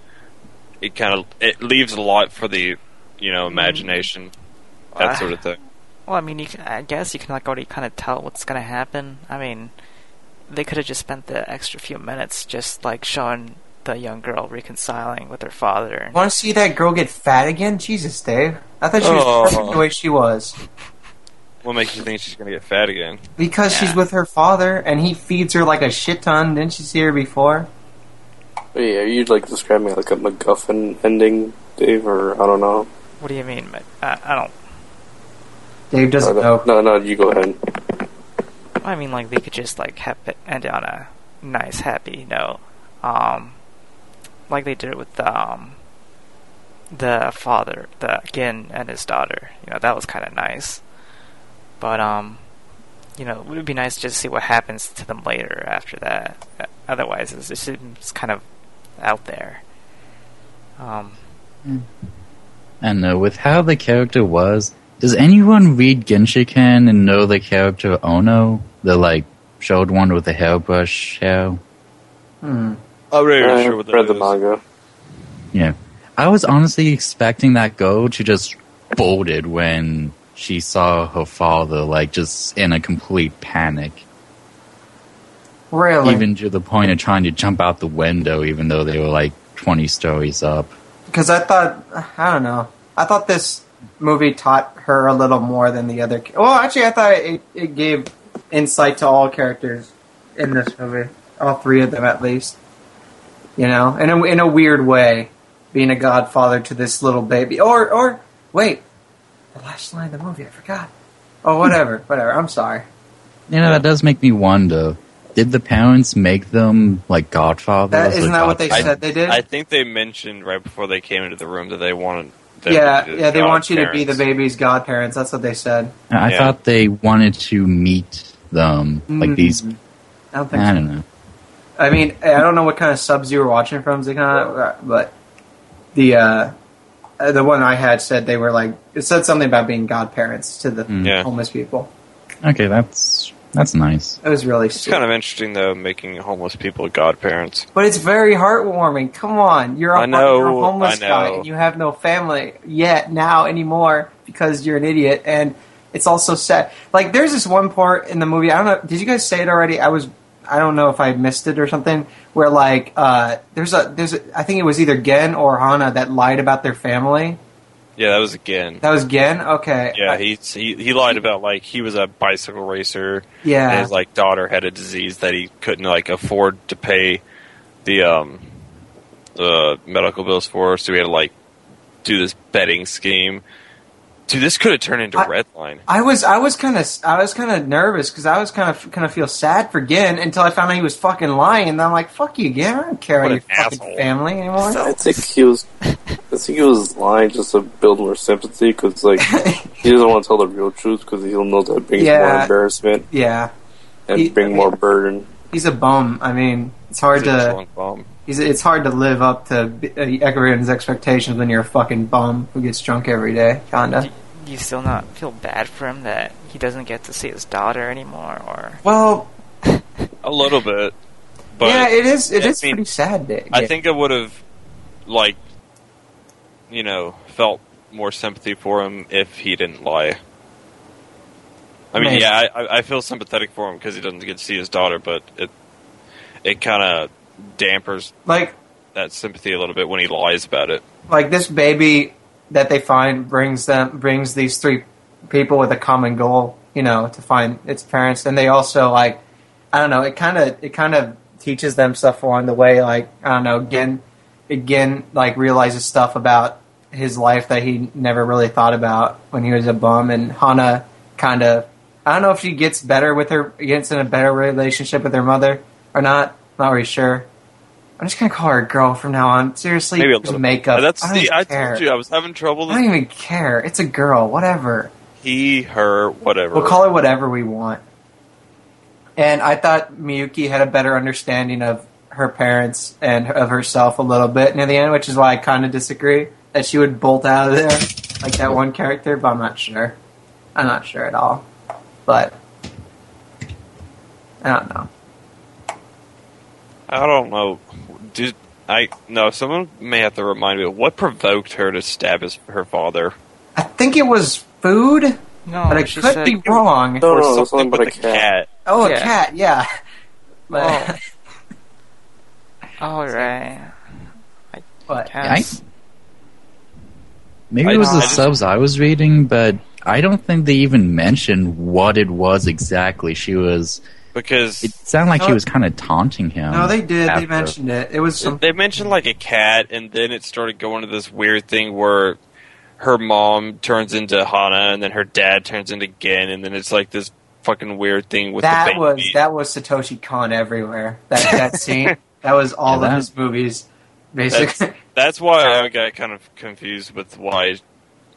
S1: It kind of it leaves a lot for the you know
S2: Mm-hmm.
S1: imagination,
S5: Ah.
S1: that sort of thing.
S5: Well, I mean, you can, I guess you can like already kind of tell what's gonna happen. I mean, they could have just spent the extra few minutes just like showing the young girl reconciling with her father. and-
S2: Want to see that girl get fat again? Jesus, Dave. I thought she was
S1: Oh.
S2: perfect the way she was.
S1: What makes you think she's gonna get fat again?
S2: Because
S5: Yeah.
S2: she's with her father and he feeds her like a shit ton. Didn't you see her before?
S4: But yeah, are you like describing like a MacGuffin ending, Dave, or I don't know?
S5: What do you mean? But uh, I, I don't.
S2: Dave doesn't
S4: No,
S2: know.
S4: no, no, you go ahead.
S5: I mean, like they could just like have it end on a nice, happy note, um, like they did with um, the father, the Gin and his daughter. You know, that was kind of nice. But um, you know, it would be nice just to see what happens to them later after that. Otherwise, it's, it seems kind of out there. Um,
S3: And uh, with how the character was, does anyone read Genshiken and know the character Ono? The like showed one with the hairbrush hair.
S2: Hmm.
S1: I'm not even
S4: I
S1: sure what that
S4: read the
S1: is.
S4: manga.
S3: Yeah, I was honestly expecting that girl to just bolted when she saw her father, like just in a complete panic.
S2: Really?
S3: even to the point of trying to jump out the window, even though they were like 20 stories up.
S2: Because I thought, I don't know. I thought this movie taught her a little more than the other. Well, actually, I thought it, it gave insight to all characters in this movie, all three of them at least. You know, in a, in a weird way, being a godfather to this little baby. Or, or wait, the last line of the movie, I forgot. Oh, whatever, whatever. I'm sorry.
S3: You know, that does make me wonder. Did the parents make them like godfathers?
S2: That,
S3: or
S2: isn't that what they
S3: godfathers?
S2: said they did?
S1: I think they mentioned right before they came into the room that they wanted. them
S2: yeah,
S1: to be the
S2: yeah. They want you to be the
S1: godparents.
S2: baby's godparents. That's what they said.
S3: I I
S1: Yeah.
S3: thought they wanted to meet them, like these.
S2: Mm, I don't think
S3: I
S2: so.
S3: don't know.
S2: I mean, I don't know what kind of subs you were watching from, Zakana, but the uh, uh, the one I had said they were like it said something about being godparents to the
S3: Mm.
S1: Yeah.
S2: homeless people.
S3: Okay, that's that's nice.
S2: It was really
S1: It's
S2: sweet,
S1: kind of interesting though, making homeless people godparents.
S2: but it's very heartwarming. Come on, you're a,
S1: I know,
S2: you're a homeless
S1: I know.
S2: guy and you have no family yet now anymore because you're an idiot, and it's also sad. Like there's this one part in the movie. I don't know. Did you guys say it already? I was. I don't know if I missed it or something. Where like uh, there's a there's a, I think it was either Gen or Hana that lied about their family.
S1: Yeah, that was again.
S2: That was Gen. Okay.
S1: Yeah,
S2: I-
S1: he he, he lied about like he was a bicycle racer and
S2: yeah.
S1: his like daughter had a disease that he couldn't like afford to pay the um uh medical bills for, so he had to like do this betting scheme. Dude, this could have turned into
S2: I-
S1: Redline.
S2: I was I was kind of I was kind of nervous because I was kind of kind of feel sad for Gen until I found out he was fucking lying and I'm like fuck you Gen I don't care
S1: What
S2: about your
S1: an
S2: fucking
S1: asshole.
S2: family anymore.
S4: I think he was. I think he was lying just to build more sympathy because, like, he doesn't want to tell the real truth because he'll know that brings more
S2: Yeah.
S4: embarrassment
S2: yeah,
S4: and
S2: He-
S4: bring more burden.
S2: he's a bum. I mean, it's hard
S1: It's a
S2: to
S1: drunk bomb.
S2: he's, it's hard to live up to uh, everyone's expectations when you're a fucking bum who gets drunk every day. Kinda.
S5: You still not feel bad for him that he doesn't get to see his daughter anymore, or
S2: Well,
S1: A little bit. But
S2: yeah, it is. It is
S1: I mean,
S2: pretty sad. That,
S1: I think I would have, like, you know, felt more sympathy for him if he didn't lie. I mean,
S2: Maybe.
S1: yeah, I- I, I feel sympathetic for him because he doesn't get to see his daughter, but it it kind of dampers
S2: like
S1: that sympathy a little bit when he lies about it.
S2: like this baby that they find brings them brings these three people with a common goal you know to find its parents and they also like i don't know it kind of it kind of teaches them stuff along the way like i don't know again again like realizes stuff about his life that he never really thought about when he was a bum and hana kind of i don't know if she gets better with her gets in a better relationship with her mother or not not really sure i'm just gonna call her girl from now on seriously
S1: Maybe a
S2: there's
S1: little.
S2: makeup
S1: That's
S2: I don't
S1: the
S2: even
S1: I
S2: care.
S1: told you I was having trouble.
S2: I don't
S1: With
S2: even care. It's a girl, whatever.
S1: he, her, whatever.
S2: We'll call her whatever we want. And I thought Miyuki had a better understanding of her parents and of herself a little bit near the end, which is why I kind of disagree that she would bolt out of there like that one character, but I'm not sure. I'm not sure at all. But I don't know.
S1: I don't know. Did I? No, someone may have to remind me. What provoked her to stab his, her father?
S2: I think it was food,
S5: no?
S2: but I
S5: she
S2: could
S5: said,
S2: be wrong.
S4: No,
S1: or
S4: no, it
S1: something,
S4: was something
S1: with
S4: about a
S1: the
S4: cat.
S2: Oh, a
S5: Yeah.
S2: cat, yeah.
S5: Oh,
S2: But,
S5: all Oh, right.
S2: but
S5: Cats.
S3: Maybe
S1: I-
S3: it was
S1: I
S3: the
S1: just-
S3: subs I was reading, but I don't think they even mentioned what it was exactly. She was.
S1: Because
S3: It sounded like she
S2: No,
S3: was kind of taunting him.
S2: no, they did. They
S3: after.
S2: mentioned it. It was some
S1: they mentioned like a cat, and then it started going to this weird thing where her mom turns into Hana, and then her dad turns into Gen, and then it's like this fucking weird thing with
S2: that
S1: the baby.
S2: was that was Satoshi Kon everywhere. That that scene. That was all
S3: Yeah,
S2: of
S3: that-
S2: his movies,
S1: that's,
S2: basically.
S1: that's why I got kind of confused with why,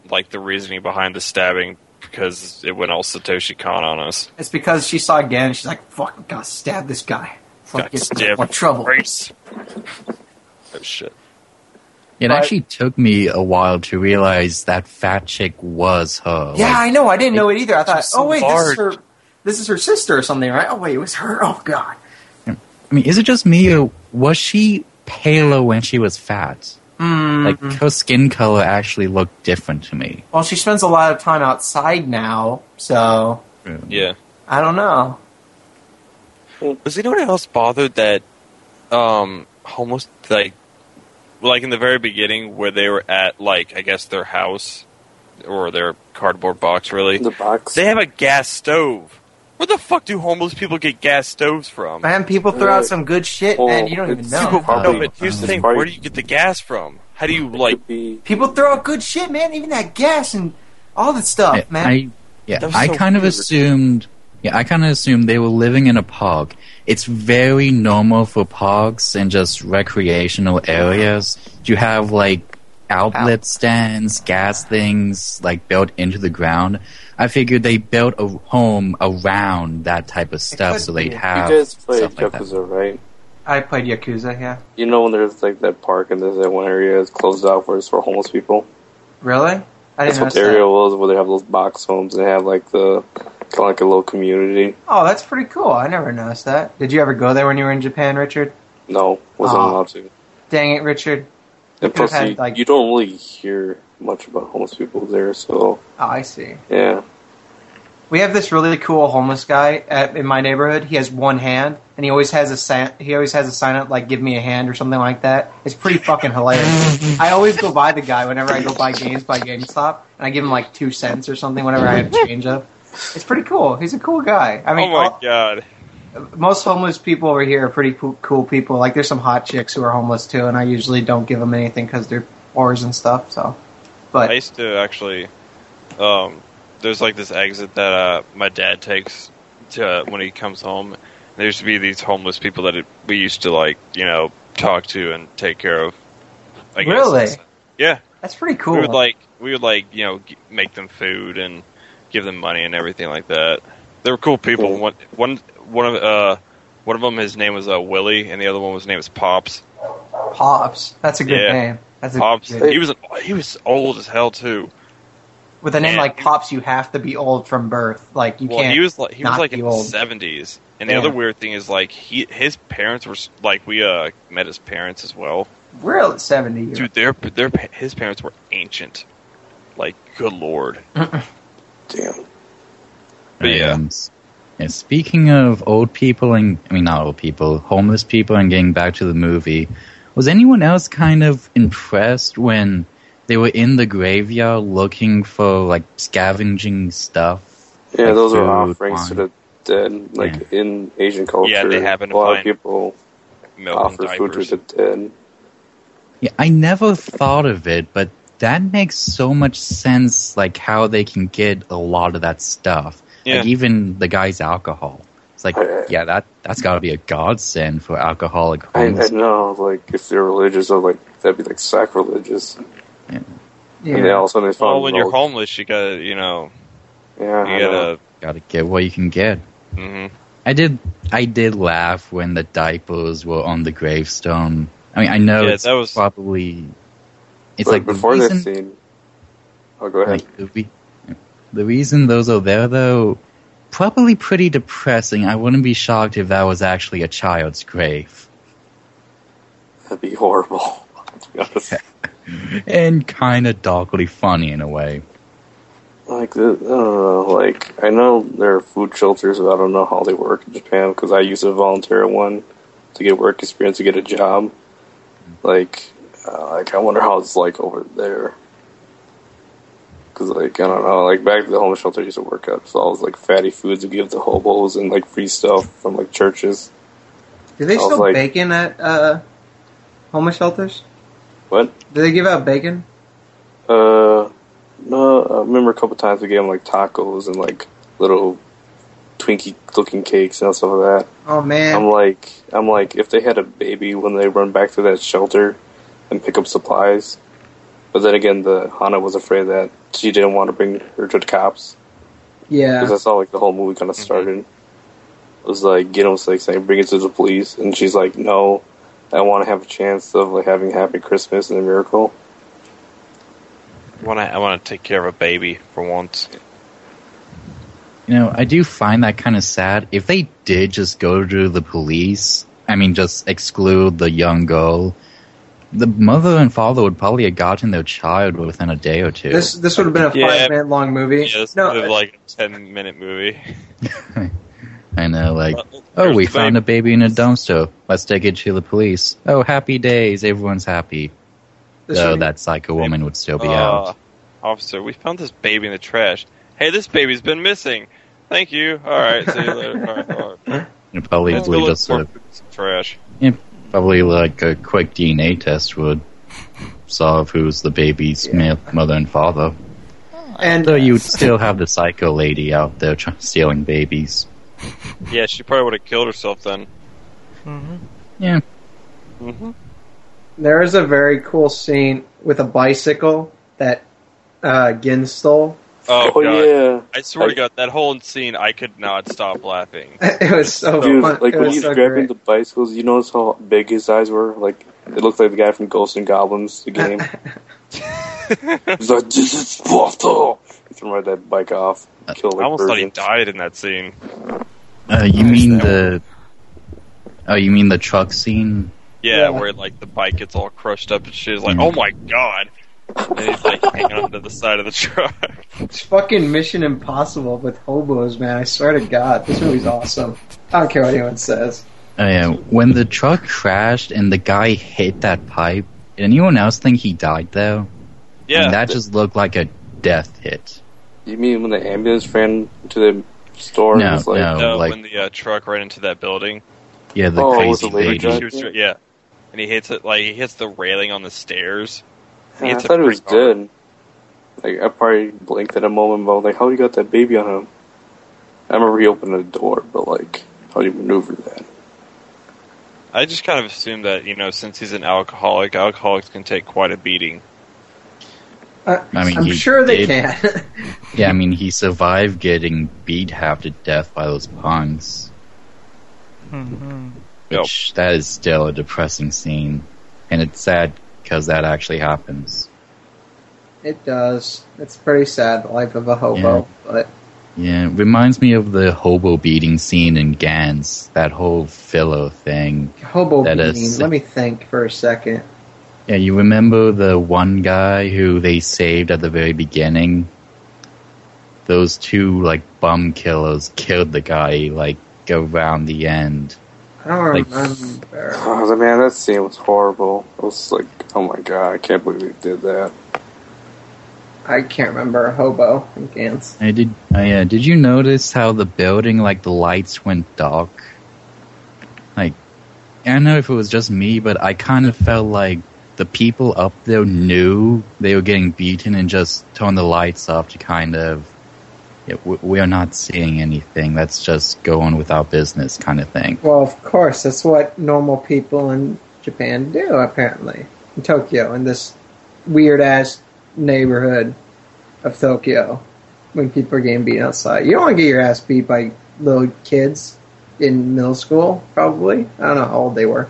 S1: like the reasoning behind the stabbing, because it went all Satoshi Kon on us.
S2: it's because she saw again. She's like, "Fuck, gotta stab this guy.
S1: God,
S2: Fuck, get
S1: damn
S2: more trouble."
S1: race. Oh shit!
S3: It
S2: But-
S3: actually took me a while to realize that fat chick was her.
S2: Yeah,
S3: Like,
S2: I know. I didn't know it either. I thought,
S1: just
S2: "Oh wait, this
S1: large.
S2: is her. This is her sister or something, right?" Oh wait, it was her. Oh god.
S3: I mean, is it just me or was she paler when she was fat?
S2: Mm.
S3: Like
S1: Mm-hmm.
S3: her skin color actually looked different to me.
S2: well, she spends a lot of time outside now, so
S1: Yeah.
S2: I don't know.
S1: Was anyone else bothered that um almost like like in the very beginning where they were at like I guess their house or their cardboard box really.
S4: The box.
S1: They have a gas stove. Where the fuck do homeless people get gas stoves from?
S2: Man, people throw out
S4: Right.
S2: some good shit,
S4: Oh,
S2: man. You don't even
S4: it's
S2: know.
S4: super
S1: No,
S4: probably-
S1: but here's the
S4: it's
S1: thing:
S4: probably-
S1: where do you get the gas from? How do you like?
S4: Could be-
S2: People throw out good shit, man. Even that gas and all that stuff,
S3: I,
S2: man.
S3: I- yeah,
S1: That was
S3: I
S1: so
S3: kind of
S1: weird.
S3: assumed. Yeah, I kind of assumed they were living in a park. It's very normal for parks and just recreational areas to have like outlet stands, gas things like built into the ground. I figured they built a home around that type of stuff,
S2: could
S3: so
S2: be.
S3: they'd
S2: You
S3: have
S4: you guys played
S3: stuff like that.
S4: Yakuza, right?
S2: I played Yakuza, yeah.
S4: You know when there's like that park and there's that one area that's closed off where it's for homeless people.
S2: Really? I
S4: That's
S2: didn't
S4: what
S2: notice
S4: the area
S2: that.
S4: was where they have those box homes and they have like the kind of like a little community.
S2: Oh, that's pretty cool. I never noticed that. Did you ever go there when you were in Japan, Richard?
S4: No, wasn't
S2: Aw.
S4: allowed to.
S2: Dang it, Richard.
S4: And
S2: could've
S4: plus,
S2: Uh-huh. had,
S4: you,
S2: like-
S4: you don't really hear much about homeless people there, so
S2: Oh, I see.
S4: yeah.
S2: We have this really cool homeless guy at, in my neighborhood. He has one hand, and he always has a sign. He always has a sign up like "Give me a hand" or something like that. It's pretty fucking hilarious. I always go by the guy whenever I go buy games by GameStop, and I give him like two cents or something whenever I have change up. It's pretty cool. He's a cool guy. I mean,
S1: oh
S2: uh,
S1: my
S2: all-
S1: god!
S2: most homeless people over here are pretty po- cool people. Like there's some hot chicks who are homeless too, and I usually don't give them anything because they're whores and stuff. So,
S1: I
S2: but
S1: used to actually. Um, there's like this exit that uh, my dad takes to uh, when he comes home. There used to be these homeless people that it, we used to like, you know, talk to and take care of. I guess.
S2: Really?
S1: Yeah.
S2: that's pretty cool.
S1: We would like we would like you know g- make them food and give them money and everything like that. They were cool people.
S4: Cool.
S1: One one one of uh one of them his name was uh, Willie and the other one was name was Pops.
S2: Pops. That's a good
S1: Yeah.
S2: name. That's a
S1: Pops.
S2: Good
S1: He was he was old as hell too.
S2: With a name
S1: Yeah.
S2: like Pops, you have to be old from birth. Like you
S1: Well,
S2: can't.
S1: he was like he was
S2: not
S1: like
S2: be
S1: in the
S2: old.
S1: seventies. And the
S2: Yeah.
S1: other weird thing is like he his parents were s- like we uh met his parents as well.
S2: We're at seventy. Years.
S1: Dude, their their pa- his parents were ancient. Like good lord.
S4: Damn.
S1: But yeah.
S3: And, Um, and speaking of old people and I mean not old people, homeless people and getting back to the movie, was anyone else kind of impressed when they were in the graveyard looking for like scavenging stuff?
S4: Yeah,
S3: Like
S4: those are
S3: food,
S4: offerings to
S3: wine.
S4: the dead. Like in Asian culture,
S1: Yeah, they happen to
S4: a lot
S1: find
S4: of people
S1: Milk
S4: offer
S1: and
S4: food to
S1: diapers.
S4: the dead.
S3: Yeah, I never thought of it, but that makes so much sense like how they can get a lot of that stuff.
S1: Yeah.
S3: Like even the guy's alcohol. It's like
S4: I-
S3: yeah, that that's gotta be a godsend for alcoholic
S4: I,
S3: homeless
S4: I know, like if they're religious, or like that'd be like sacrilegious.
S2: Yeah.
S4: And then all of a sudden they found
S1: Well, when you're
S4: milk.
S1: homeless, you gotta, you know,
S4: yeah, I
S1: you
S4: know.
S1: gotta.
S3: gotta get what you can get.
S1: hmm
S3: I did. I did laugh when the diapers were on the gravestone. I mean, I know
S1: Yeah,
S3: it's
S1: that was-
S3: probably. It's
S4: But
S3: like the
S4: before
S3: reason,
S4: that scene. Oh, go ahead.
S3: like, the, re- the reason those are there, though, probably pretty depressing. I wouldn't be shocked if that was actually a child's grave,
S4: That'd be horrible. to be honest.
S3: and kind of darkly funny in a way.
S4: Like, the- I don't know. Like, I know there are food shelters, but I don't know how they work in Japan because I used to volunteer at one to get work experience to get a job. Like, uh, like I wonder how it's like over there. Cause like I don't know, like back to the homeless shelter I used to work at, so all was like fatty foods to give to hobos and like free stuff from like churches.
S2: Do they
S4: I was
S2: still
S4: like-
S2: bacon at uh, homeless shelters?
S4: What?
S2: Do they give out bacon?
S4: Uh, no, I remember a couple times we gave them like tacos and like little Twinkie looking cakes and stuff like that.
S2: Oh
S4: I'm
S2: man,
S4: like, I'm like, if they had a baby when they run back to that shelter and pick up supplies. But then again, the Hana was afraid that she didn't want to bring her to the cops because
S2: yeah. Mm-hmm.
S4: that's how like the whole movie kind of started. It was like, get them like saying, bring it to the police, and she's like, no, I want to have a chance of like having a happy Christmas and a miracle.
S1: Want to? I want to take care of a baby for once.
S3: You know, I do find that kind of sad. If they did just go to the police, I mean, just exclude the young girl, the mother and father would probably have gotten their child within a day or two.
S2: This this would have been a
S1: Yeah.
S2: five minute long movie.
S1: Yeah, it's
S2: no,
S1: kind of like a ten minute movie.
S3: I know, like, oh, we found a baby in a dumpster. Let's take it to the police. Oh, happy days. Everyone's happy.
S2: This
S3: Though
S2: should be-
S3: that psycho woman would still be
S1: Uh,
S3: out.
S1: Officer, we found this baby in the trash. Hey, this baby's been missing. Thank you. All right, see you later. All right, all right.
S3: It probably
S1: Let's go
S3: would
S1: look
S3: just sort of,
S1: for some trash.
S3: probably like a quick DNA test would solve who's the baby's ma- mother and father.
S2: and
S3: Though you'd still have the psycho lady out there trying, stealing babies.
S1: Yeah, she probably would have killed herself then.
S5: Mm-hmm.
S3: Yeah,
S1: Mm-hmm.
S2: There is a very cool scene with a bicycle that uh, Gin stole.
S1: Oh,
S4: oh
S1: god!
S4: yeah.
S1: I swear to
S4: I-
S1: God, that whole scene, I could not stop laughing.
S2: it was so
S4: Dude,
S2: fun.
S4: like
S2: it
S4: when
S2: was
S4: he's
S2: Oh, so
S4: grabbing
S2: great.
S4: the bicycles, you notice how big his eyes were. Like it looked like the guy from Ghosts and Goblins, the game. he's like, "This is Sparta!" He threw right that bike off, killed
S1: I
S4: like
S1: almost thought he
S4: virgins.
S1: died in that scene.
S3: Uh, you
S5: There's
S3: mean
S5: that
S3: the? Oh, you mean the truck scene?
S1: Yeah,
S2: Yeah.
S1: where like the bike gets all crushed up and shit. It's like,
S3: Mm.
S1: oh my god! And he's like hanging onto the side of the truck.
S2: It's fucking Mission Impossible with hobos, man. I swear to God, this movie's awesome. I don't care what anyone says.
S3: Oh yeah, when the truck crashed and the guy hit that pipe. Did anyone else think he died though? I mean,
S1: Yeah,
S3: that just looked like a death hit.
S4: You mean when the ambulance ran to the store?
S3: No,
S4: and was like,
S3: no.
S1: no,
S3: like-
S1: when the uh, truck ran into that building,
S3: Yeah, the
S4: Oh, was
S3: crazy
S4: it later,
S3: lady.
S4: John?
S1: she was, yeah, and he hits it like he hits the railing on the stairs.
S4: "Man, I
S1: It's a
S4: thought he was
S1: pretty hard-
S4: dead. Like I probably blinked at a moment, but I was like, "How you got that baby on him?" I remember he opened the door, but like, how do you maneuver that?
S1: I just kind of assumed that you know, since he's an alcoholic, alcoholics can take quite a beating.
S2: Uh,
S3: I mean,
S2: I'm
S3: he
S2: sure they
S3: did-
S2: can.
S3: Yeah, I mean, he survived getting beat half to death by those punks.
S5: Mm-hmm.
S1: Yep.
S3: Which that is still a depressing scene, and it's sad because that actually happens.
S2: it does. It's pretty sad, the life of a hobo. But
S3: Yeah, it reminds me of the hobo beating scene in Gans. That whole filler thing.
S2: hobo
S3: That
S2: being,
S3: is-
S2: let me think for a second.
S3: Yeah, you remember the one guy who they saved at the very beginning? Those two like bum killers killed the guy like around the end.
S2: I don't
S3: Like-
S2: remember.
S4: Oh the- man, that scene was horrible. It was like, oh my god, I can't believe they did that.
S2: I can't remember a hobo in Gans.
S3: I did I, uh, did you notice how the building like the lights went dark? Like I don't know if it was just me, but I kind of felt like the people up there knew they were getting beaten and just turned the lights off to kind of yeah, we, we are not seeing anything. Let's just go on with our business, kind of thing.
S2: Well, of course, that's what normal people in Japan do, apparently. In Tokyo, in this weird ass neighborhood of Tokyo, when people are getting beat outside. You don't want to get your ass beat by little kids in middle school, probably. I don't know how old they were.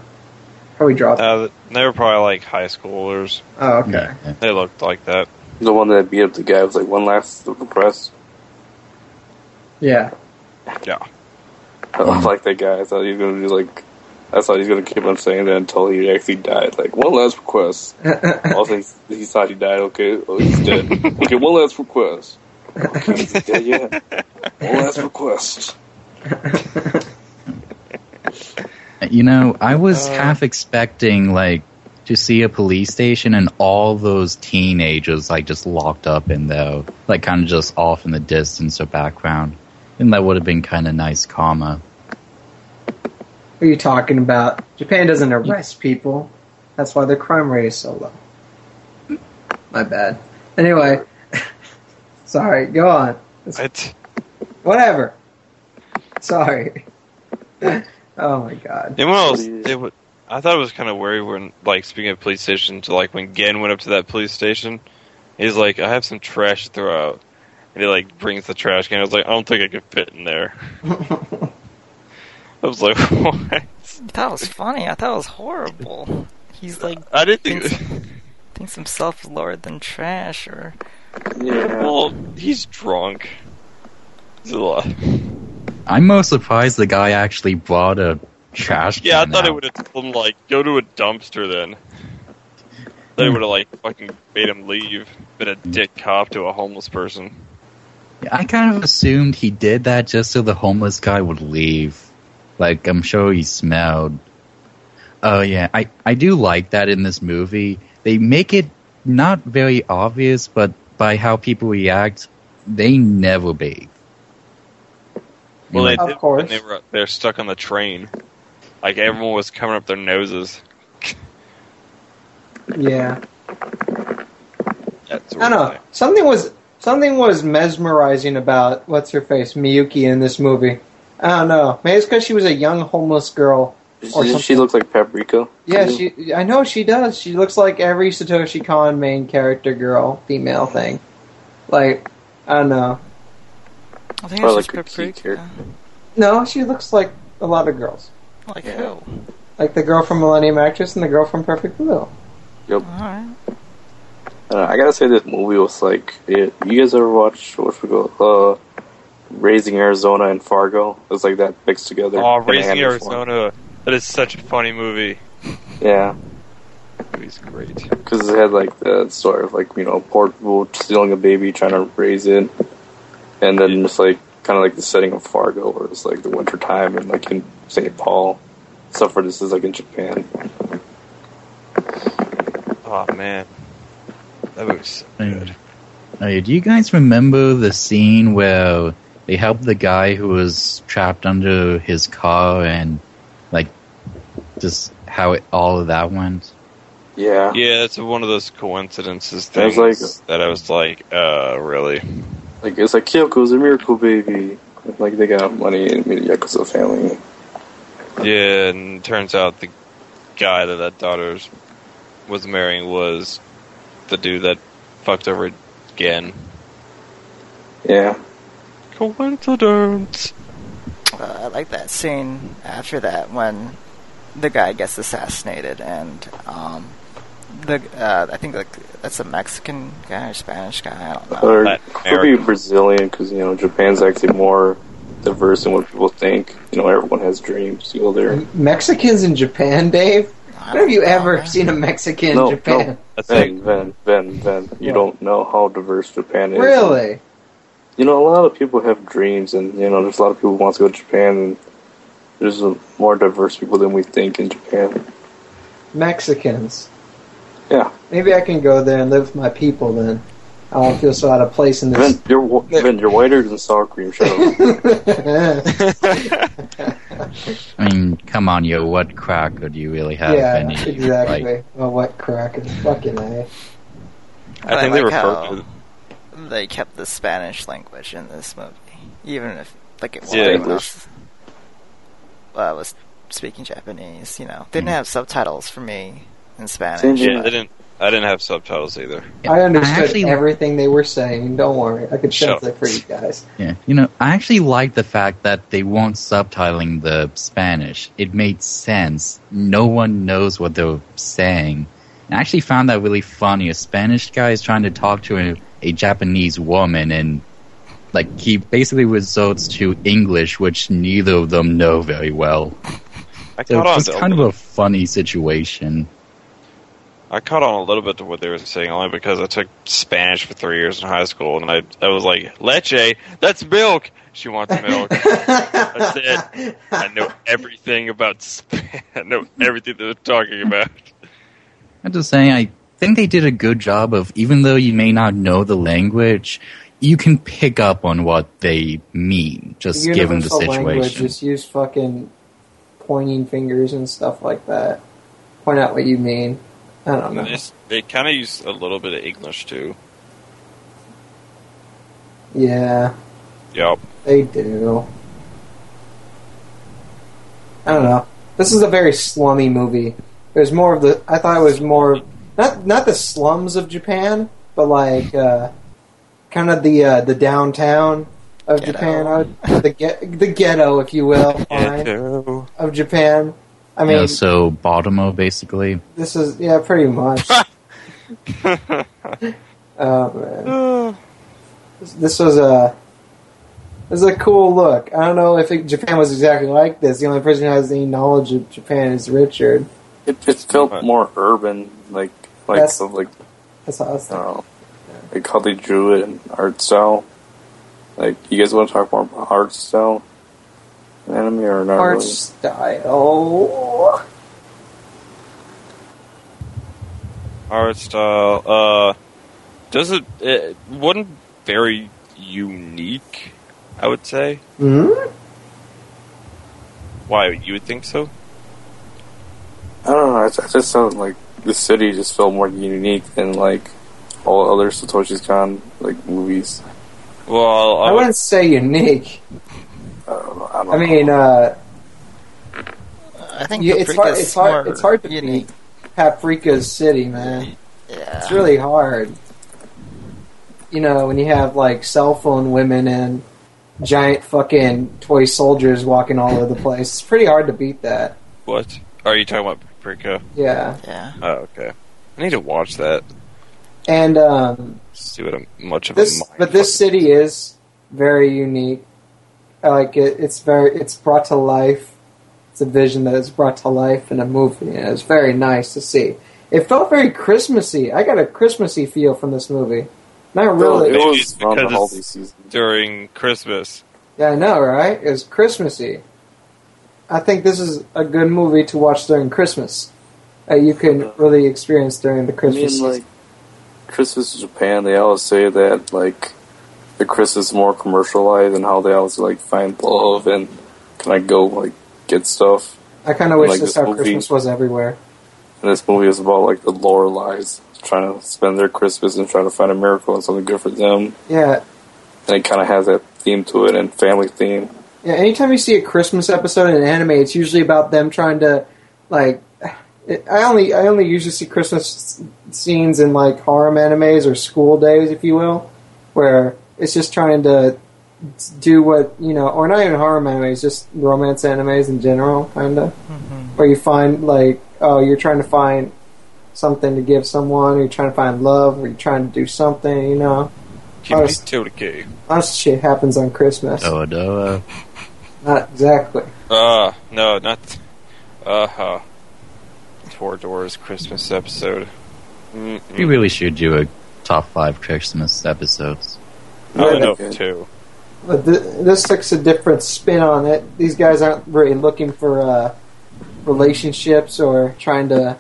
S2: Probably dropped.
S1: Uh, they were probably like high schoolers.
S2: oh, okay.
S3: Yeah.
S1: They looked like that.
S4: The one that beat up the guy was like one last of the press.
S2: Yeah.
S4: I
S2: Mm.
S4: don't like that guy. I thought he was gonna be like, I thought he was gonna keep on saying that until he actually died. Like one last request. also, he, he thought he died. Okay, oh, he's dead. okay, one last request. Okay, yeah, yeah. One last request.
S3: You know, I was
S1: Uh.
S3: half expecting like to see a police station and all those teenagers like just locked up in there, like kind of just off in the distance or background, and that would have been kind of nice, karma.
S2: What are you talking about? Japan doesn't arrest people. That's why their crime rate is so low. My bad. Anyway, sorry, go on.
S1: I t-
S2: Whatever. Sorry. oh my god.
S1: Anyone else?
S4: Pretty-
S1: It wa- I thought it was kind of weird when, like, speaking of police stations, like when Gen went up to that police station, he's like, "I have some trash to throw out," and he like brings the trash can. I was like, "I don't think I could fit in there." I was like, "What?"
S5: That was funny. I thought it was horrible. He's like
S1: I didn't
S5: thinks,
S1: think.
S5: thinks himself lower than trash, or
S4: Yeah.
S1: Well, he's drunk. He's a lot.
S3: I'm most surprised the guy actually brought a trash.
S1: Yeah, I
S3: can
S1: thought it
S3: out.
S1: would have told him like, "Go to a dumpster." Then they would have like fucking made him leave. Been a dick cop to a homeless person.
S3: I kind of assumed he did that just so the homeless guy would leave. Like, I'm sure he smelled. Oh, yeah. I, I do like that in this movie. They make it not very obvious, but by how people react, they never bathe.
S1: Well, they
S2: Of
S1: did
S2: course.
S1: when they were they're stuck on the train. Like everyone was covering up their noses.
S2: Yeah.
S1: That sort
S2: I
S1: of
S2: don't know.
S1: thing.
S2: Something was something was mesmerizing about what's her face Miyuki in this movie. I don't know. Maybe it's because she was a young homeless girl. Or
S4: Doesn't she
S2: something.
S4: look like paprika?
S2: Yeah, she. I know she does. She looks like every Satoshi Kon main character girl, female thing. Like, I don't know.
S5: I think
S4: Or
S5: it's
S4: like a
S5: just
S4: key
S5: paprika.
S2: No, she looks like a lot of girls.
S5: Like
S4: Yeah.
S5: who? All
S2: Like the girl from Millennium Actress and the girl from Perfect Blue.
S5: right.
S4: I, don't know, I gotta say, this movie was like it. You guys ever watch what we go? Uh, Raising Arizona and Fargo. It's like that mixed together.
S1: Oh,
S4: in a
S1: Raising
S4: hand form.
S1: Arizona. That is such a funny movie.
S4: Yeah,
S1: That movie's great.
S4: because it had like that sort of like you know poor people stealing a baby, trying to raise it, and then it's like kind of like the setting of Fargo, where it's like the winter time and like in St. Paul. Except for this is like in Japan.
S1: Oh man, that movie's so good.
S3: Oh, yeah, do you guys remember the scene where they helped the guy who was trapped under his car and, like, just how it all of that went?
S4: Yeah.
S1: Yeah, it's one of those coincidences
S4: There's
S1: things
S4: like-
S1: that I was like, uh, really?
S4: Like it's like Kyoko's a miracle baby. Like they got money and meet a Yakuza family.
S1: Yeah, and it turns out the guy that that daughter was marrying was the dude that fucked over again.
S4: Yeah.
S1: Coincidence.
S5: Uh, I like that scene after that when the guy gets assassinated and um, the uh, I think like that's a Mexican guy or Spanish guy. I don't know.
S4: Or
S1: Latin
S4: could be
S1: American.
S4: Brazilian because you know Japan's actually more diverse than what people think. You know, everyone has dreams. You go there.
S2: Mexicans in Japan, Dave.
S5: I
S2: When have you
S5: don't know,
S2: ever
S5: man.
S2: seen a Mexican
S4: No,
S2: in Japan?
S1: That's like,
S4: Ben, Ben, Ben, Ben. You
S2: Yeah.
S4: don't know how diverse Japan is.
S2: Really?
S4: You know, a lot of people have dreams, and you know, there's a lot of people who want to go to Japan, and there's uh, more diverse people than we think in Japan.
S2: Mexicans.
S4: Yeah,
S2: Maybe I can go there and live with my people then. I won't feel so out of place in
S4: Ben,
S2: this.
S4: you're wh- Ben, you're whiter than sour cream. Shut up.
S3: I mean, come on, yo, what cracker do you really have?
S2: yeah,
S3: in you?
S2: exactly.
S3: Like,
S2: well, what crack is fucking A.
S1: I
S5: I
S1: think they
S5: like
S1: refer
S5: how-
S1: to
S5: They kept the Spanish language in this movie, even if like it was
S1: Yeah,
S5: everyone
S4: English.
S5: else uh, was speaking Japanese. You know, they didn't
S2: Mm.
S3: Mhm.
S5: have subtitles for me in Spanish.
S4: Same
S1: yeah.
S4: Yeah.
S1: They didn't. I didn't have subtitles either.
S2: I understood
S3: actually-
S2: everything they were saying. Don't worry, I could
S1: Sure.
S2: translate for you guys.
S3: Yeah, you know, I actually like the fact that they weren't subtitling the Spanish. It made sense. No one knows what they're saying. And I actually found that really funny. A Spanish guy is trying to talk to a, a Japanese woman, and like he basically resorts to English, which neither of them know very well.
S1: I
S3: So
S1: caught on.
S3: it's
S1: To
S3: just
S1: a
S3: kind of
S1: little-
S3: a funny situation.
S1: I caught on a little bit to what they were saying only because I took Spanish for three years in high school, and I I was like, leche, that's milk. She wants milk.
S2: That's
S1: it. I know everything about Spain. I know everything they're talking about.
S3: I'm just saying, I think they did a good job of, even though you may not know the language, you can pick up on what they mean, just given the
S2: Universal language,
S3: situation.
S2: just use fucking pointing fingers and stuff like that. Point out what you mean. I don't know.
S1: And it's- they kind of use a little bit of English too.
S2: Yeah,
S1: Yep.
S2: they do. I don't know. This is a very slummy movie. It was more of the. I thought it was more of- not not the slums of Japan, but like uh, kind of the uh, the downtown of
S5: Ghetto.
S2: Japan. I would, the get, the ghetto, if you will, fine, of Japan. I
S3: You
S2: mean,
S3: know, so Baltimore, basically.
S2: This is yeah, pretty much. oh man, this was a this is a cool look. I don't know if it, Japan was exactly like this. The only person who has any knowledge of Japan is Richard.
S4: It, it felt
S1: Right.
S4: more urban, like like
S2: That's-
S4: of like uh,
S2: That's how I was
S4: I
S2: thinking.
S4: don't know, like how they drew it and art style. Like, you guys want to talk more about art style anime or not
S2: Art
S4: really?
S2: style.
S1: art style. Uh, does it, it wasn't very unique? I would say.
S2: Hmm?
S1: Why you would think so?
S4: I don't know. It, it just sounds like the city just felt more unique than like all other Satoshi's Khan like movies.
S1: Well, I
S2: I
S1: would,
S2: wouldn't say unique.
S4: I don't know. I, don't
S2: I
S4: know.
S2: mean, uh,
S6: I think
S2: you,
S6: the
S2: it's hard.
S6: biggest
S2: It's hard.
S6: more
S2: It's hard to
S6: unique.
S2: unique. Paprika's City, man.
S6: Yeah.
S2: It's really hard. You know, when you have like cell phone women and giant fucking toy soldiers walking all over the place, it's pretty hard to beat that.
S1: uh, what are you talking about, Paprika?
S2: Yeah,
S6: Yeah.
S1: Oh, okay. I need to watch that.
S2: and um,
S1: See what I'm much of
S2: this
S1: a mind
S2: but this
S1: fucking-
S2: city is very unique I like it, it's very it's brought to life it's a vision that is brought to life in a movie and it's very nice to see it felt very christmassy i got a christmassy feel from this movie not
S4: it
S2: really
S1: Maybe
S4: was
S1: it's
S4: around the
S1: because
S4: holiday
S1: it's-
S4: season.
S1: during Christmas.
S2: yeah i know right it was christmassy i think this is a good movie to watch during christmas uh, you can really experience during the
S4: I
S2: christmas
S4: mean,
S2: season.
S4: like Christmas in Japan, they always say that like the Christmas is more commercialized and how they always like find love and can I go like get stuff.
S2: i kind of wish
S4: like
S2: this,
S4: this
S2: how
S4: movie-
S2: christmas was everywhere
S4: And this movie is about like the Loreleis trying to spend their Christmas and trying to find a miracle and something good for them.
S2: yeah
S4: And it kind of has that theme to it and family theme.
S2: Yeah, anytime you see a Christmas episode in an anime, it's usually about them trying to, like, it, I only I only usually see Christmas s- scenes in like harem animes or school days, if you will, where it's just trying to do what you know, or not even harem animes, just romance animes in general, kind of, where you find like, oh, you're trying to find something to give someone, or you're trying to find love, or you're trying to do something, you know.
S1: Kimi
S2: was-
S1: Todoke.
S2: A lot of shit happens on Christmas.
S3: Doa doa.
S2: Not exactly.
S1: Uh, no, not. Uh huh. Four Doors Christmas episode.
S3: We
S1: Mm-mm.
S3: really should do a top five Christmas episodes.
S1: I only know
S4: Yeah.
S1: two.
S2: But th- this takes a different spin on it. These guys aren't really looking for uh, relationships or trying to.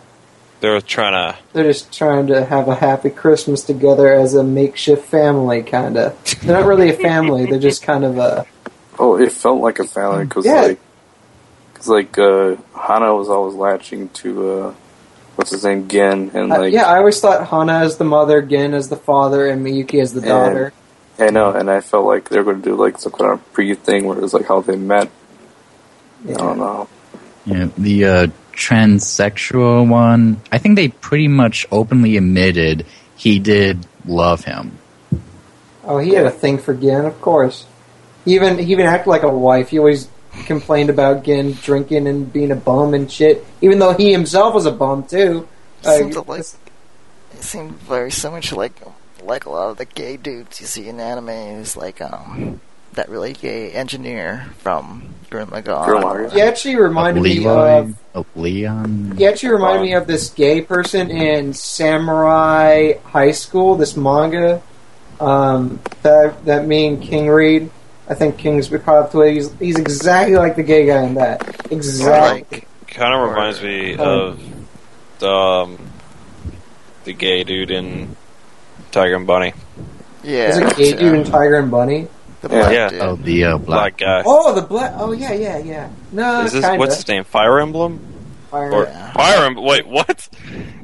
S1: They're trying to.
S2: They're just trying to have a happy Christmas together as a makeshift family, kind of. They're not really a family. They're just kind of a.
S4: Oh, it felt like a family because
S2: Yeah.
S4: like, cause like uh, Hana was always latching to uh, what's his name, Gen, and
S2: I-
S4: like
S2: Uh, yeah, I always thought Hana as the mother, Gin as the father, and Miyuki as the
S4: And-
S2: daughter.
S4: I know, and I felt like they were going to do like some kind of pre thing where it was like how they met. I
S2: Yeah.
S4: don't know.
S3: Yeah, the uh, transsexual one, I think they pretty much openly admitted he did love him.
S2: Oh, he had a thing for Gin, of course. He even he even acted like a wife. He always complained about Gin drinking and being a bum and shit, even though he himself was a bum too. Uh,
S6: seemed to like it seemed very so much like like a lot of the gay dudes you see in anime who's like um that really gay engineer from Gurren
S4: Gurren
S6: Lagann.
S4: Lagann.
S2: He actually reminded me
S3: Levi?
S2: of.
S3: Of Leon?
S2: He actually reminded me of this gay person in Samurai High School. This manga um, that that me and King read. I think King's we probably have to wait. He's, he's exactly like the gay guy in that. Exactly.
S6: Like
S1: Kind of reminds me
S2: Um,
S1: of um, the gay dude in Tiger and Bunny.
S6: yeah,
S2: There's a gay
S6: yeah.
S2: dude in Tiger and Bunny.
S6: the black
S1: Yeah.
S6: dude.
S3: Oh, the uh,
S1: Black
S3: black.
S1: guy.
S2: Oh, the black. Oh yeah, yeah, yeah. No,
S1: Is this
S2: kinda.
S1: what's his name? Fire Emblem?
S2: Fire,
S1: Or
S6: Yeah.
S1: Fire Emblem? Wait, what?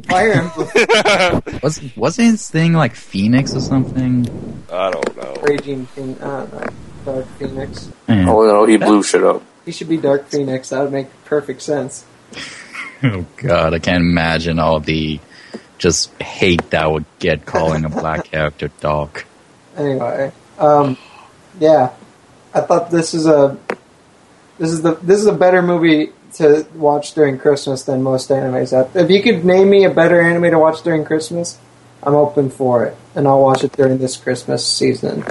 S2: Fire Emblem
S1: I
S3: Was, wasn't his thing like Phoenix or something?
S1: don't know.
S2: Raging Phoenix. I don't know. Dark Phoenix.
S3: Yeah.
S4: Oh, you know, he blew shit up.
S2: He should be Dark Phoenix. That would make perfect sense.
S3: Oh god, I can't imagine all the just hate that would get calling a black character dark.
S2: anyway, um, yeah, I thought this is a this is the this is a better movie to watch during Christmas than most animes. out If you could name me a better anime to watch during Christmas, I'm open for it, and I'll watch it during this Christmas season.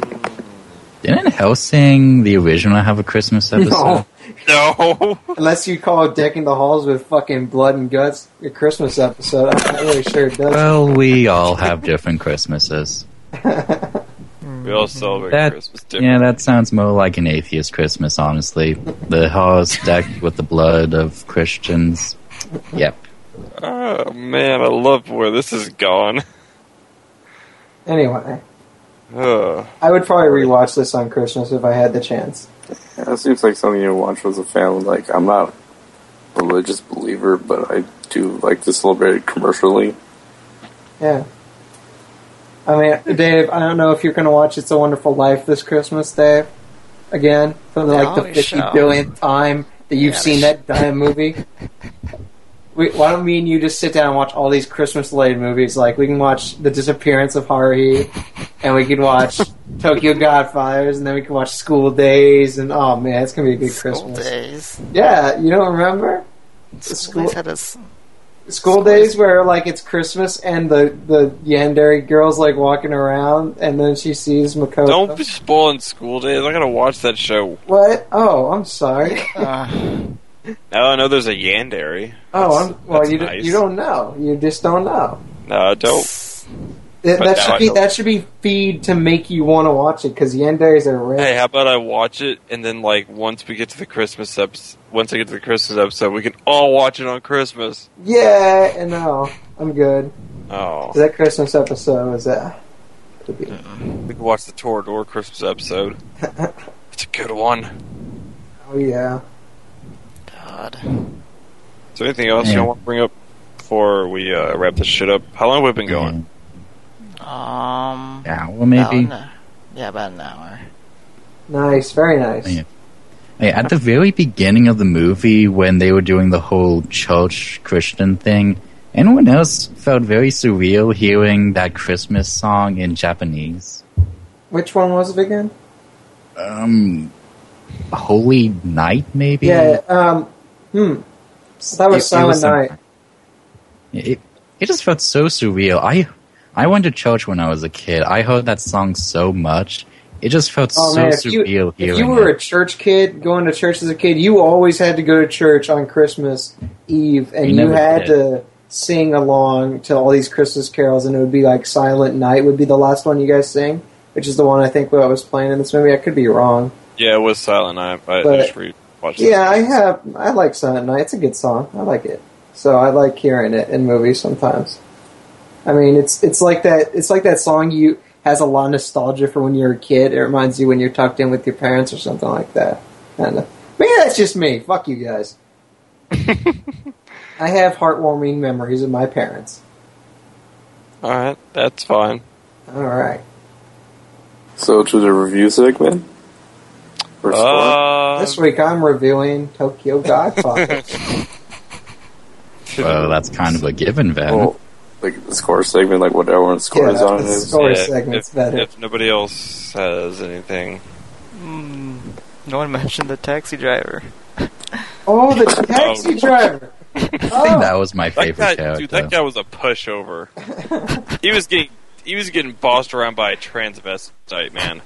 S3: Didn't Helsing the original have a Christmas episode?
S2: No,
S1: No.
S2: unless you call decking the halls with fucking blood and guts a Christmas episode, I'm not really sure it does.
S3: Well, we all have different Christmases.
S1: We all celebrate
S3: That-
S1: Christmas differently.
S3: Yeah, that sounds more like an atheist Christmas, honestly. The horse decked with the blood of Christians. Yep.
S1: Oh man, I love where this is gone.
S2: Anyway,
S1: Ugh.
S2: I would probably rewatch this on Christmas if I had the chance.
S4: Yeah, that seems like something you watch as a family. Like, I'm not a religious believer, but I do like to celebrate it commercially.
S2: Yeah. I mean, Dave, I don't know if you're going to watch It's a Wonderful Life this Christmas, Dave. Again, from
S5: They
S2: like the
S5: always
S2: 50
S5: show.
S2: billionth time that you've
S5: Yeah, they
S2: seen
S5: sh-
S2: that damn movie. We, why don't me and you just sit down and watch all these Christmas-related movies? Like, we can watch The Disappearance of Haruhi, and we can watch Tokyo Godfathers, and then we can watch School Days, and oh man, it's going to be a good
S6: School
S2: Christmas.
S6: days.
S2: Yeah, you don't remember?
S6: School days had us.
S2: school
S6: School
S2: days
S6: days.
S2: where like it's Christmas and the the Yandere girl's like walking around and then she sees Makoto.
S1: Don't be spoiling school days. I gotta watch that show.
S2: what? Oh, I'm sorry.
S5: Uh,
S1: Now I know there's a Yandere.
S2: oh,
S1: That's-
S2: I'm, well
S1: that's
S2: you d
S1: nice.
S2: you don't know. You just don't know.
S1: No, I don't.
S2: Th-
S1: But
S2: that
S1: now
S2: should
S1: I
S2: be
S1: know.
S2: that should be feed to make you want to watch it because Yandere's are rare.
S1: Hey, how about I watch it and then like once we get to the Christmas episode, once I get to the Christmas episode, we can all watch it on Christmas.
S2: yeah, and no, I'm good.
S1: Oh,
S2: 'Cause That Christmas episode was uh, that. could be-
S1: we can watch the Torador Christmas episode. It's a good one.
S2: Oh yeah.
S6: God.
S1: Is there anything else
S3: Yeah.
S1: you want to bring up before we uh, wrap this shit up? How long have we been
S3: Mm.
S1: going?
S6: Um.
S3: Yeah, well, maybe.
S6: About an, yeah, about an hour.
S2: Nice, very nice.
S3: Yeah. Yeah, at the very beginning of the movie, when they were doing the whole church Christian thing, anyone else felt very surreal hearing that Christmas song in Japanese?
S2: Which one was it again?
S3: Um, Holy Night, maybe?
S2: Yeah. Um. Hmm. That was Silent
S3: some-
S2: Night.
S3: It, it just felt so surreal. I I went to church when I was a kid. I heard that song so much. It just felt
S2: Oh
S3: so
S2: man, if you,
S3: surreal
S2: if
S3: hearing
S2: you were
S3: it.
S2: a church kid, going to church as a kid, you always had to go to church on Christmas Eve, and
S3: We
S2: you
S3: never
S2: had
S3: did.
S2: to sing along to all these Christmas carols, and it would be like Silent Night would be the last one you guys sing, which is the one I think what was playing in this movie. I could be wrong.
S1: Yeah, it was silent. I, I
S2: But-
S1: just re watched. it.
S2: Yeah, I have. I like Silent Night. It's a good song. I like it. So I like hearing it in movies sometimes. I mean, it's it's like that. It's like that song you has a lot of nostalgia for when you were a kid. It reminds you when you're tucked in with your parents or something like that. And uh, maybe that's just me. Fuck you guys. I have heartwarming memories of my parents.
S1: All right, that's fine.
S2: All right,
S4: So, to the review segment? Or score?
S1: Uh,
S2: this week I'm reviewing Tokyo Godfather.
S3: well, that's kind of a given then.
S2: Oh.
S4: Well, like the score segment, like what everyone scores
S2: Yeah,
S4: on it
S2: the
S4: is.
S2: score. Story segment's
S1: if,
S2: better.
S1: If nobody else has anything,
S5: mm, no one mentioned the taxi driver.
S2: oh, the taxi
S1: Oh.
S2: driver.
S3: I think
S2: Oh.
S3: that was my
S1: that
S3: favorite
S1: guy,
S3: character.
S1: dude, that guy was a pushover. he was getting he was getting bossed around by a transvestite man.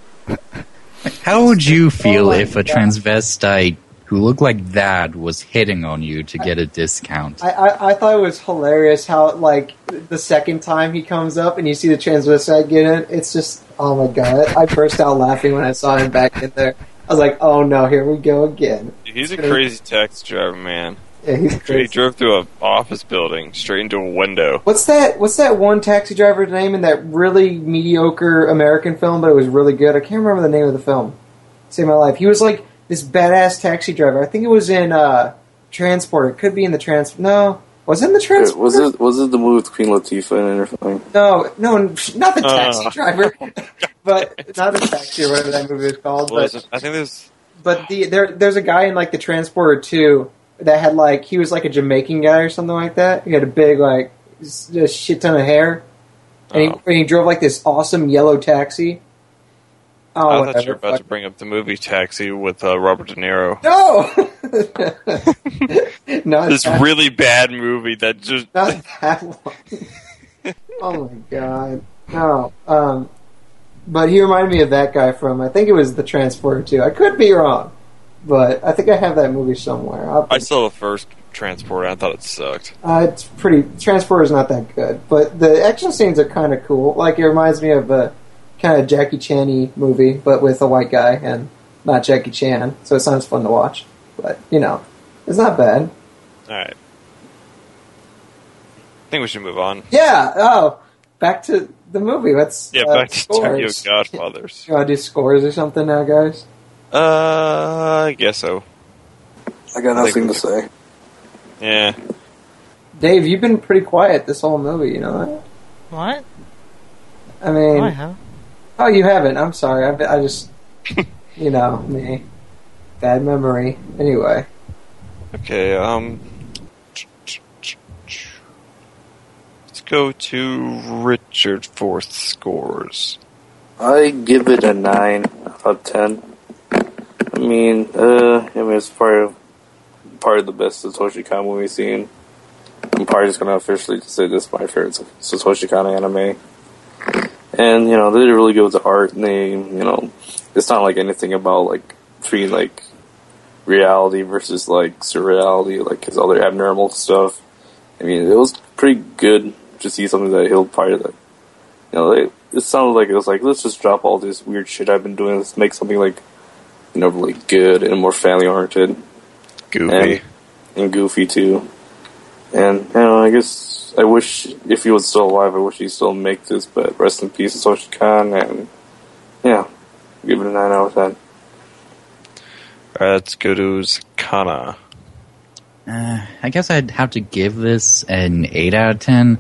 S3: How would you feel
S2: my
S3: if a
S2: God.
S3: transvestite who looked like that was hitting on you to get a discount?
S2: I, I, I thought it was hilarious how like the second time he comes up and you see the transvestite get in, it's just oh my god! I burst out laughing when I saw him back in there. I was like, oh no, here we go again.
S1: Dude, he's a
S2: Crazy.
S1: crazy taxi driver, man.
S2: Yeah, he's
S1: He
S2: crazy.
S1: drove through an office building straight into a window.
S2: What's that? What's that one taxi driver's name in that really mediocre American film, but it was really good? I can't remember the name of the film. Save my life. He was like this badass taxi driver. I think it was in uh, Transport. It could be in the Trans. No, was it in the
S4: Dude,
S2: Transport?
S4: was it was it the movie with Queen Latifah and everything?
S2: No, no, not the taxi
S1: Oh.
S2: driver, but not the taxi or whatever that movie is called.
S1: Well,
S2: But
S1: there's- I think there's
S2: but the there there's a guy in like the transporter too that had like he was like a Jamaican guy or something like that. He had a big like s- a shit ton of hair, and,
S1: Oh.
S2: he, and he drove like this awesome yellow taxi. Oh,
S1: I
S2: whatever.
S1: thought you were about to bring up the movie Taxi with uh, Robert De Niro.
S2: no, not
S1: This
S2: that,
S1: really bad movie that just
S2: not that one. oh my god, no. Um, but he reminded me of that guy from I think it was the Transporter too. I could be wrong, but I think I have that movie somewhere. I'll,
S1: I saw the first Transporter. I thought it sucked.
S2: Uh, it's pretty. Transporter's not that good, but the action scenes are kind of cool. Like it reminds me of uh, kind of Jackie Chan-y movie, but with a white guy and not Jackie Chan. So it sounds fun to watch, but you know, it's not bad.
S1: All right. I think we should move on.
S2: Yeah. Oh, back to the movie. Let's
S1: Yeah,
S2: uh,
S1: back to Tokyo
S2: scores.
S1: Godfathers.
S2: You want to do scores or something now, guys?
S1: Uh, I guess so.
S4: I got nothing to say.
S1: Yeah.
S2: Dave, you've been pretty quiet this whole movie. You know
S6: What?
S2: that? I mean,
S6: Oh, I have.
S2: oh, you haven't. I'm sorry. I, I just, you know, me, bad memory. Anyway,
S1: Okay, um. Let's go to Richard Forth scores.
S4: I give it a nine out of ten. I mean, uh, I mean it's part of part of the best Satoshi Kon movie we've seen. I'm probably just gonna officially just say this is my favorite Satoshi Kon anime. And you know they did really good with the art, and they you know it's not like anything about like between like reality versus like surreality, like his other abnormal stuff. I mean it was pretty good to see something that he'll probably like you know, it, it sounded like it was like, let's just drop all this weird shit I've been doing. Let's make something like, you know, really good and more family oriented
S1: Goofy.
S4: and goofy too. And you know, I guess I wish if he was still alive, I wish he'd still make this. But rest in peace, Satoshi Khan. And yeah, give it a nine out of ten.
S1: Alright, let's go to Zakana.
S3: Uh, I guess I'd have to give this an 8 out of 10.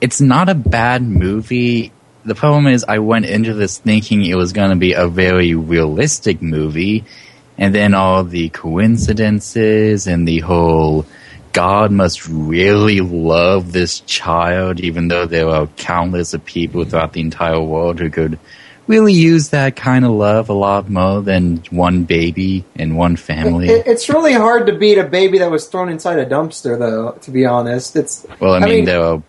S3: It's not a bad movie. The problem is, I went into this thinking it was going to be a very realistic movie, and then all the coincidences and the whole God must really love this child, even though there are countless of people throughout the entire world who could really use that kind of love a lot more than one baby and one family.
S2: It- it's really hard to beat a baby that was thrown inside a dumpster, though. To be honest, it's
S3: Well, I,
S2: I
S3: mean,
S2: mean-
S3: there are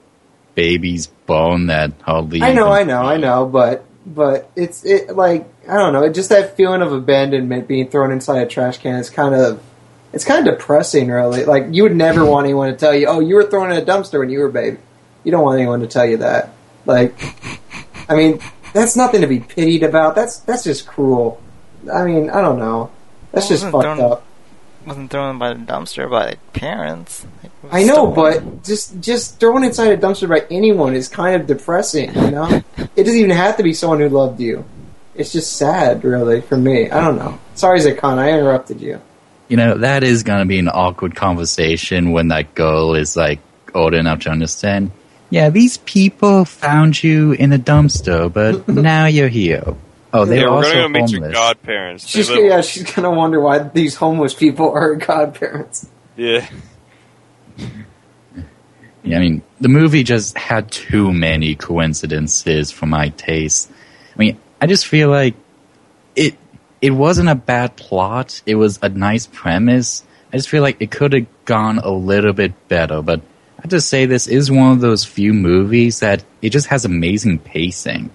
S3: babies born that hardly.
S2: I know,
S3: even-
S2: I know, I know, but but it's it like I don't know, it just that feeling of abandonment being thrown inside a trash can is kind of it's kind of depressing, really. Like you would never want anyone to tell you, "Oh, you were thrown in a dumpster when you were a baby." You don't want anyone to tell you that. Like, I mean, that's nothing to be pitied about. That's that's just cruel. I mean, I don't know. That's just
S6: Wasn't
S2: fucked
S6: thrown-
S2: up.
S6: Wasn't thrown by the dumpster by the parents. It was
S2: I know,
S6: stolen.
S2: but just just thrown inside a dumpster by anyone is kind of depressing. You know, it doesn't even have to be someone who loved you. It's just sad, really, for me. I don't know. Sorry, Zakan, I interrupted you.
S3: You know, that is going to be an awkward conversation when that girl is like old enough to understand. Yeah, these people found you in a dumpster, but now you're here. Oh, they
S1: Yeah,
S3: were
S1: we're
S3: also
S1: gonna go meet your
S3: homeless.
S1: godparents. They
S2: She's
S1: live-
S2: yeah, she's gonna wonder why these homeless people are her godparents.
S1: yeah.
S3: Yeah, I mean, the movie just had too many coincidences for my taste. I mean, I just feel like it it wasn't a bad plot. It was a nice premise. I just feel like it could have gone a little bit better, but I have to say this is one of those few movies that it just has amazing pacing.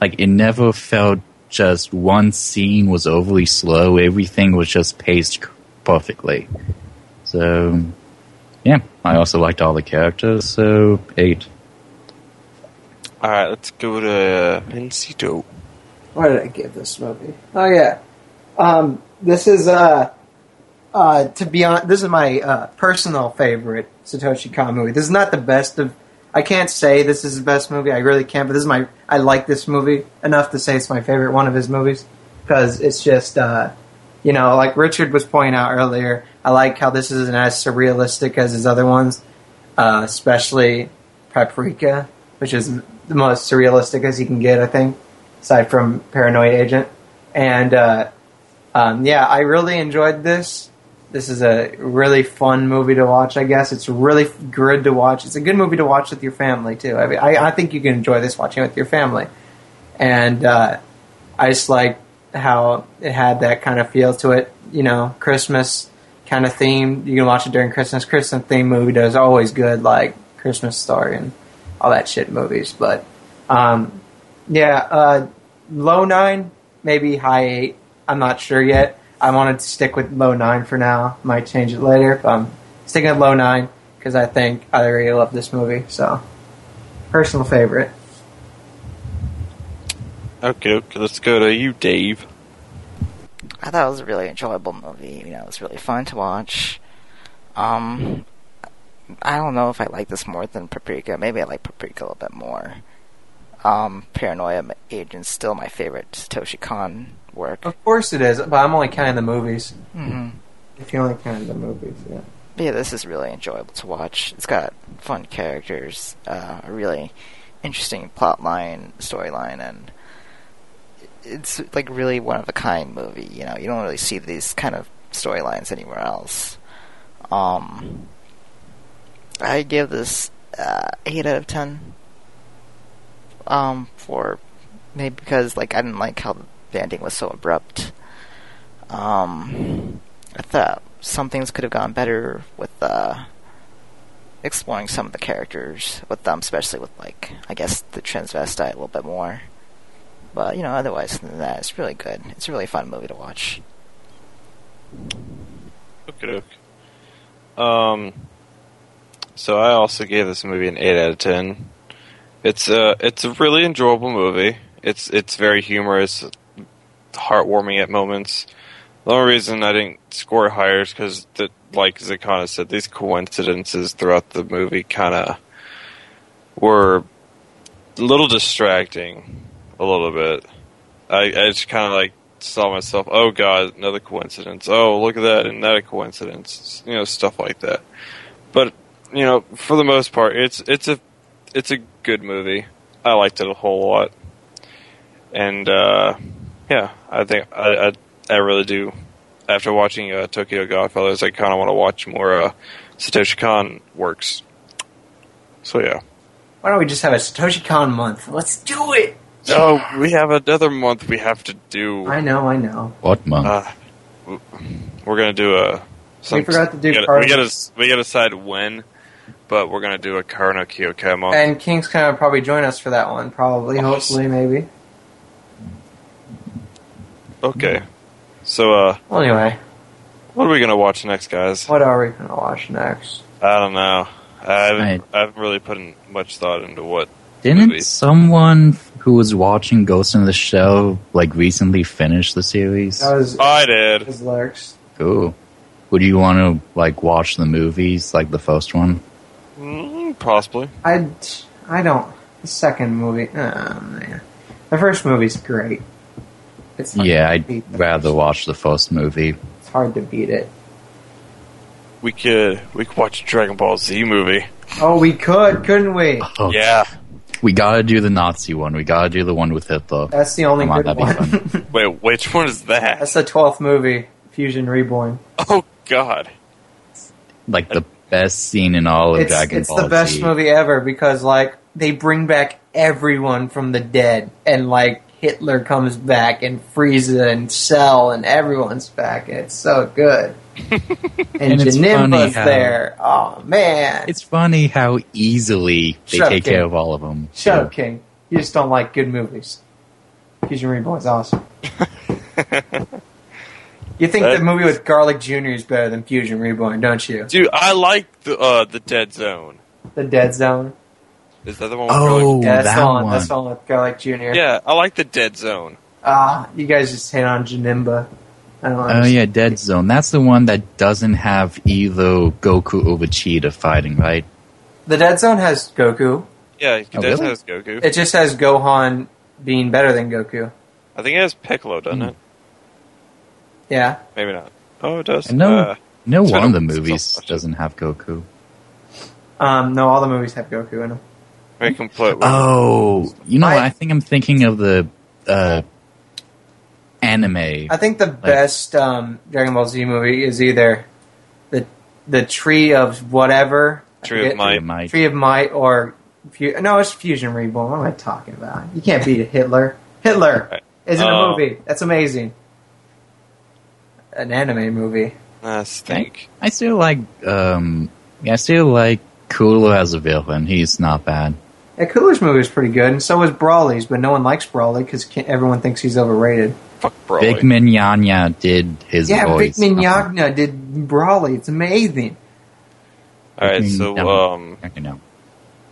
S3: Like it never felt just one scene was overly slow. Everything was just paced perfectly. So yeah, I also liked all the characters, so eight.
S1: Alright, let's go to uh, Pensito.
S2: What did I give this movie? Oh yeah, um, this is uh, uh, to be honest, this is my uh, personal favorite Satoshi Kon movie. This is not the best of. I can't say this is the best movie. I really can't. But this is my. I like this movie enough to say it's my favorite one of his movies because it's just. Uh, you know, like Richard was pointing out earlier, I like how this isn't as surrealistic as his other ones, uh, especially Paprika, which is the most surrealistic as he can get, I think, aside from Paranoid Agent. And uh, um, yeah, I really enjoyed this. This is a really fun movie to watch. I guess it's really f- good to watch. It's a good movie to watch with your family too. I mean, I, I think you can enjoy this watching it with your family. And uh, I just like how it had that kind of feel to it. You know, Christmas kind of theme. You can watch it during Christmas. Christmas theme movie does always good, like Christmas Story and all that shit movies. But um, yeah, uh, low nine, maybe high eight. I'm not sure yet. I wanted to stick with low nine for now. Might change it later. But I'm sticking with low nine because I think I really love this movie. So, personal favorite.
S1: Okay, okay, let's go to you, Dave.
S5: I thought it was a really enjoyable movie. You know, it was really fun to watch. Um, I don't know if I like this more than Paprika. Maybe I like Paprika a little bit more. Um, Paranoia Ma- Agent's still my favorite Satoshi Kon work.
S6: Oh.
S2: Of course it is, but I'm only counting the movies.
S5: hmm
S2: If you only counted the movies, yeah.
S5: But yeah, this is really enjoyable to watch. It's got fun characters, uh, a really interesting plot line, storyline, and it's like really one of a kind movie. You know, you don't really see these kind of storylines anywhere else. Um, I give this uh, eight out of ten. Um, for maybe because like I didn't like how the ending was so abrupt. Um, I thought some things could have gone better with uh, exploring some of the characters with them, especially with like I guess the transvestite a little bit more. But you know, otherwise than that, it's really good. It's a really fun movie to watch.
S1: Okay, okay. Um, so I also gave this movie an eight out of ten. It's a it's a really enjoyable movie. It's it's very humorous, heartwarming at moments. The only reason I didn't score it higher is because, like Zakana said, these coincidences throughout the movie kind of were a little distracting, a little bit. I, I just kind of like saw myself, oh god, another coincidence. Oh, look at that, another coincidence. You know, stuff like that. But you know, for the most part, it's it's a it's a good movie. I liked it a whole lot, and uh, yeah, I think I, I I really do. After watching uh, Tokyo Godfathers, I kind of want to watch more uh, Satoshi Kon works. So yeah.
S2: Why don't we just have a Satoshi Kon month? Let's do it!
S1: Oh, we have another month we have to do.
S2: I know, I know.
S3: What month?
S1: Uh, w- we're gonna do a. some-
S2: forgot to do
S1: We gotta,
S2: Karno.
S1: we gotta s- we gotta decide when, but we're gonna do a Karno Kyokai month.
S2: And King's kind of probably join us for that one, probably,
S1: Awesome.
S2: hopefully, maybe.
S1: okay. So, uh,
S2: Well, anyway,
S1: what are we gonna watch next, guys?
S2: what are we going to watch next?
S1: I don't know. I
S3: Right.
S1: haven't, I haven't really put in much thought into what.
S3: Didn't
S1: movie.
S3: someone who was watching Ghost in the Shell like recently finish the series?
S2: That was
S1: I did.
S2: his lyrics.
S3: Cool. Would you want to like watch the movies like the first one?
S1: Mm, possibly.
S2: I, I don't. The second movie, oh man. The first movie's great. It's hard
S3: Yeah,
S2: to
S3: I'd
S2: beat the
S3: rather watch the first movie.
S2: first- It's hard to beat it.
S1: We could we could watch a Dragon Ball Z movie.
S2: Oh, we could, couldn't we?
S3: Oh,
S1: Yeah.
S3: We gotta do the Nazi one. We gotta do the one with Hitler.
S2: That's the only
S3: Come on,
S2: good
S3: that'd be
S2: one.
S1: Wait, which one is that?
S2: That's the twelfth movie, Fusion Reborn.
S1: Oh God.
S3: Like the best scene in all of
S2: It's,
S3: Dragon
S2: it's
S3: Ball
S2: the best
S3: Z.
S2: movie ever because like they bring back everyone from the dead, and like Hitler comes back, and Frieza and Cell, and everyone's back. It's so good. and
S3: And it's funny
S2: Janimba's
S3: how-
S2: there. Oh man,
S3: It's funny how easily they
S2: Shut up,
S3: take
S2: kid.
S3: care of all of them.
S2: shut up, King. You just don't like good movies. Fusion Reborn's awesome. You think
S1: That-
S2: the movie with Garlic Jr. is better than Fusion Reborn, don't you?
S1: Dude, I like the uh, the Dead Zone.
S2: The Dead Zone.
S1: Is that the one? with
S3: Oh,
S1: Garlic-
S2: Yeah, that's
S3: that
S2: the one.
S3: one.
S2: That's the one with Garlic Jr.
S1: yeah, I like the Dead Zone.
S2: Ah, you guys just hate on Janimba. I don't
S3: Oh
S2: understand.
S3: yeah, Dead Zone. That's the one that doesn't have either Goku or Vegeta fighting, right?
S2: The Dead Zone has Goku.
S1: Yeah, Dead
S3: Oh,
S1: Zone
S3: really?
S1: has Goku.
S2: It just has Gohan being better than Goku.
S1: I think it has Piccolo, doesn't
S3: Hmm.
S1: it?
S2: Yeah.
S1: Maybe not. Oh, it does.
S3: I know.
S1: Uh,
S3: No
S1: It's
S3: one
S1: been
S3: of
S1: a
S3: the
S1: while since I've
S3: movies
S1: watched it.
S3: doesn't have Goku.
S2: Um, no, all the movies have Goku in them.
S1: we can play it with-
S3: Oh, you know,
S2: I-
S3: what? I think I'm thinking of the uh, anime.
S2: I think the best um, Dragon Ball Z movie is either the the Tree of whatever, I
S1: Tree of
S2: forget-
S1: Might.
S3: Might.
S2: Tree of Might, or Fu- no, it's Fusion Reborn. What am I talking about? You can't beat Hitler. Hitler
S1: Right.
S2: is in a
S1: Oh.
S2: movie. That's amazing. An anime movie.
S1: I think.
S3: I still like. Um, yeah, I still like Cooler as a villain. He's not bad.
S2: Yeah, Cooler's movie was pretty good, and so was Brawley's, but no one likes Brawley because everyone thinks he's overrated.
S1: Fuck, bro.
S3: Big Minyanya did his
S2: yeah,
S3: voice.
S2: Big Minyagna did Brawley. It's amazing.
S1: All right,
S3: Big
S1: so
S3: Minyanya.
S1: um,
S3: Okay, no.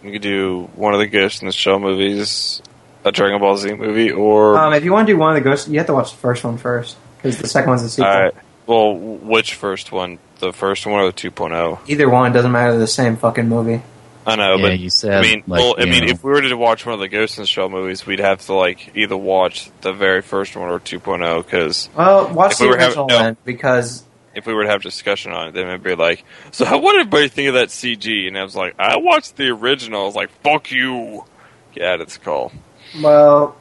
S1: we could do one of the Ghost in the Shell movies, a Dragon Ball Z movie,
S3: Uh,
S1: or
S2: Um, if you want to do one of the ghosts, you have to watch the first one first because the second one's a sequel.
S1: Alright, well, which first one? The first one or the 2.0?
S2: Either one doesn't matter. They're the same fucking movie.
S1: I know,
S3: Yeah,
S1: but
S3: you said,
S1: I mean,
S3: like,
S1: well, I
S3: you
S1: mean,
S3: know.
S1: if we were to watch one of the Ghost in the Shell movies, we'd have to like either watch the very first one or oh, 2.0 because
S2: Well, watch
S1: If we
S2: the
S1: were having-
S2: original
S1: no.
S2: one because
S1: if we were to have discussion on it, they would be like, "So, how- what did everybody think of that CG?" And I was like, "I watched the original." I was like, "Fuck you." Yeah, it's call.
S2: well,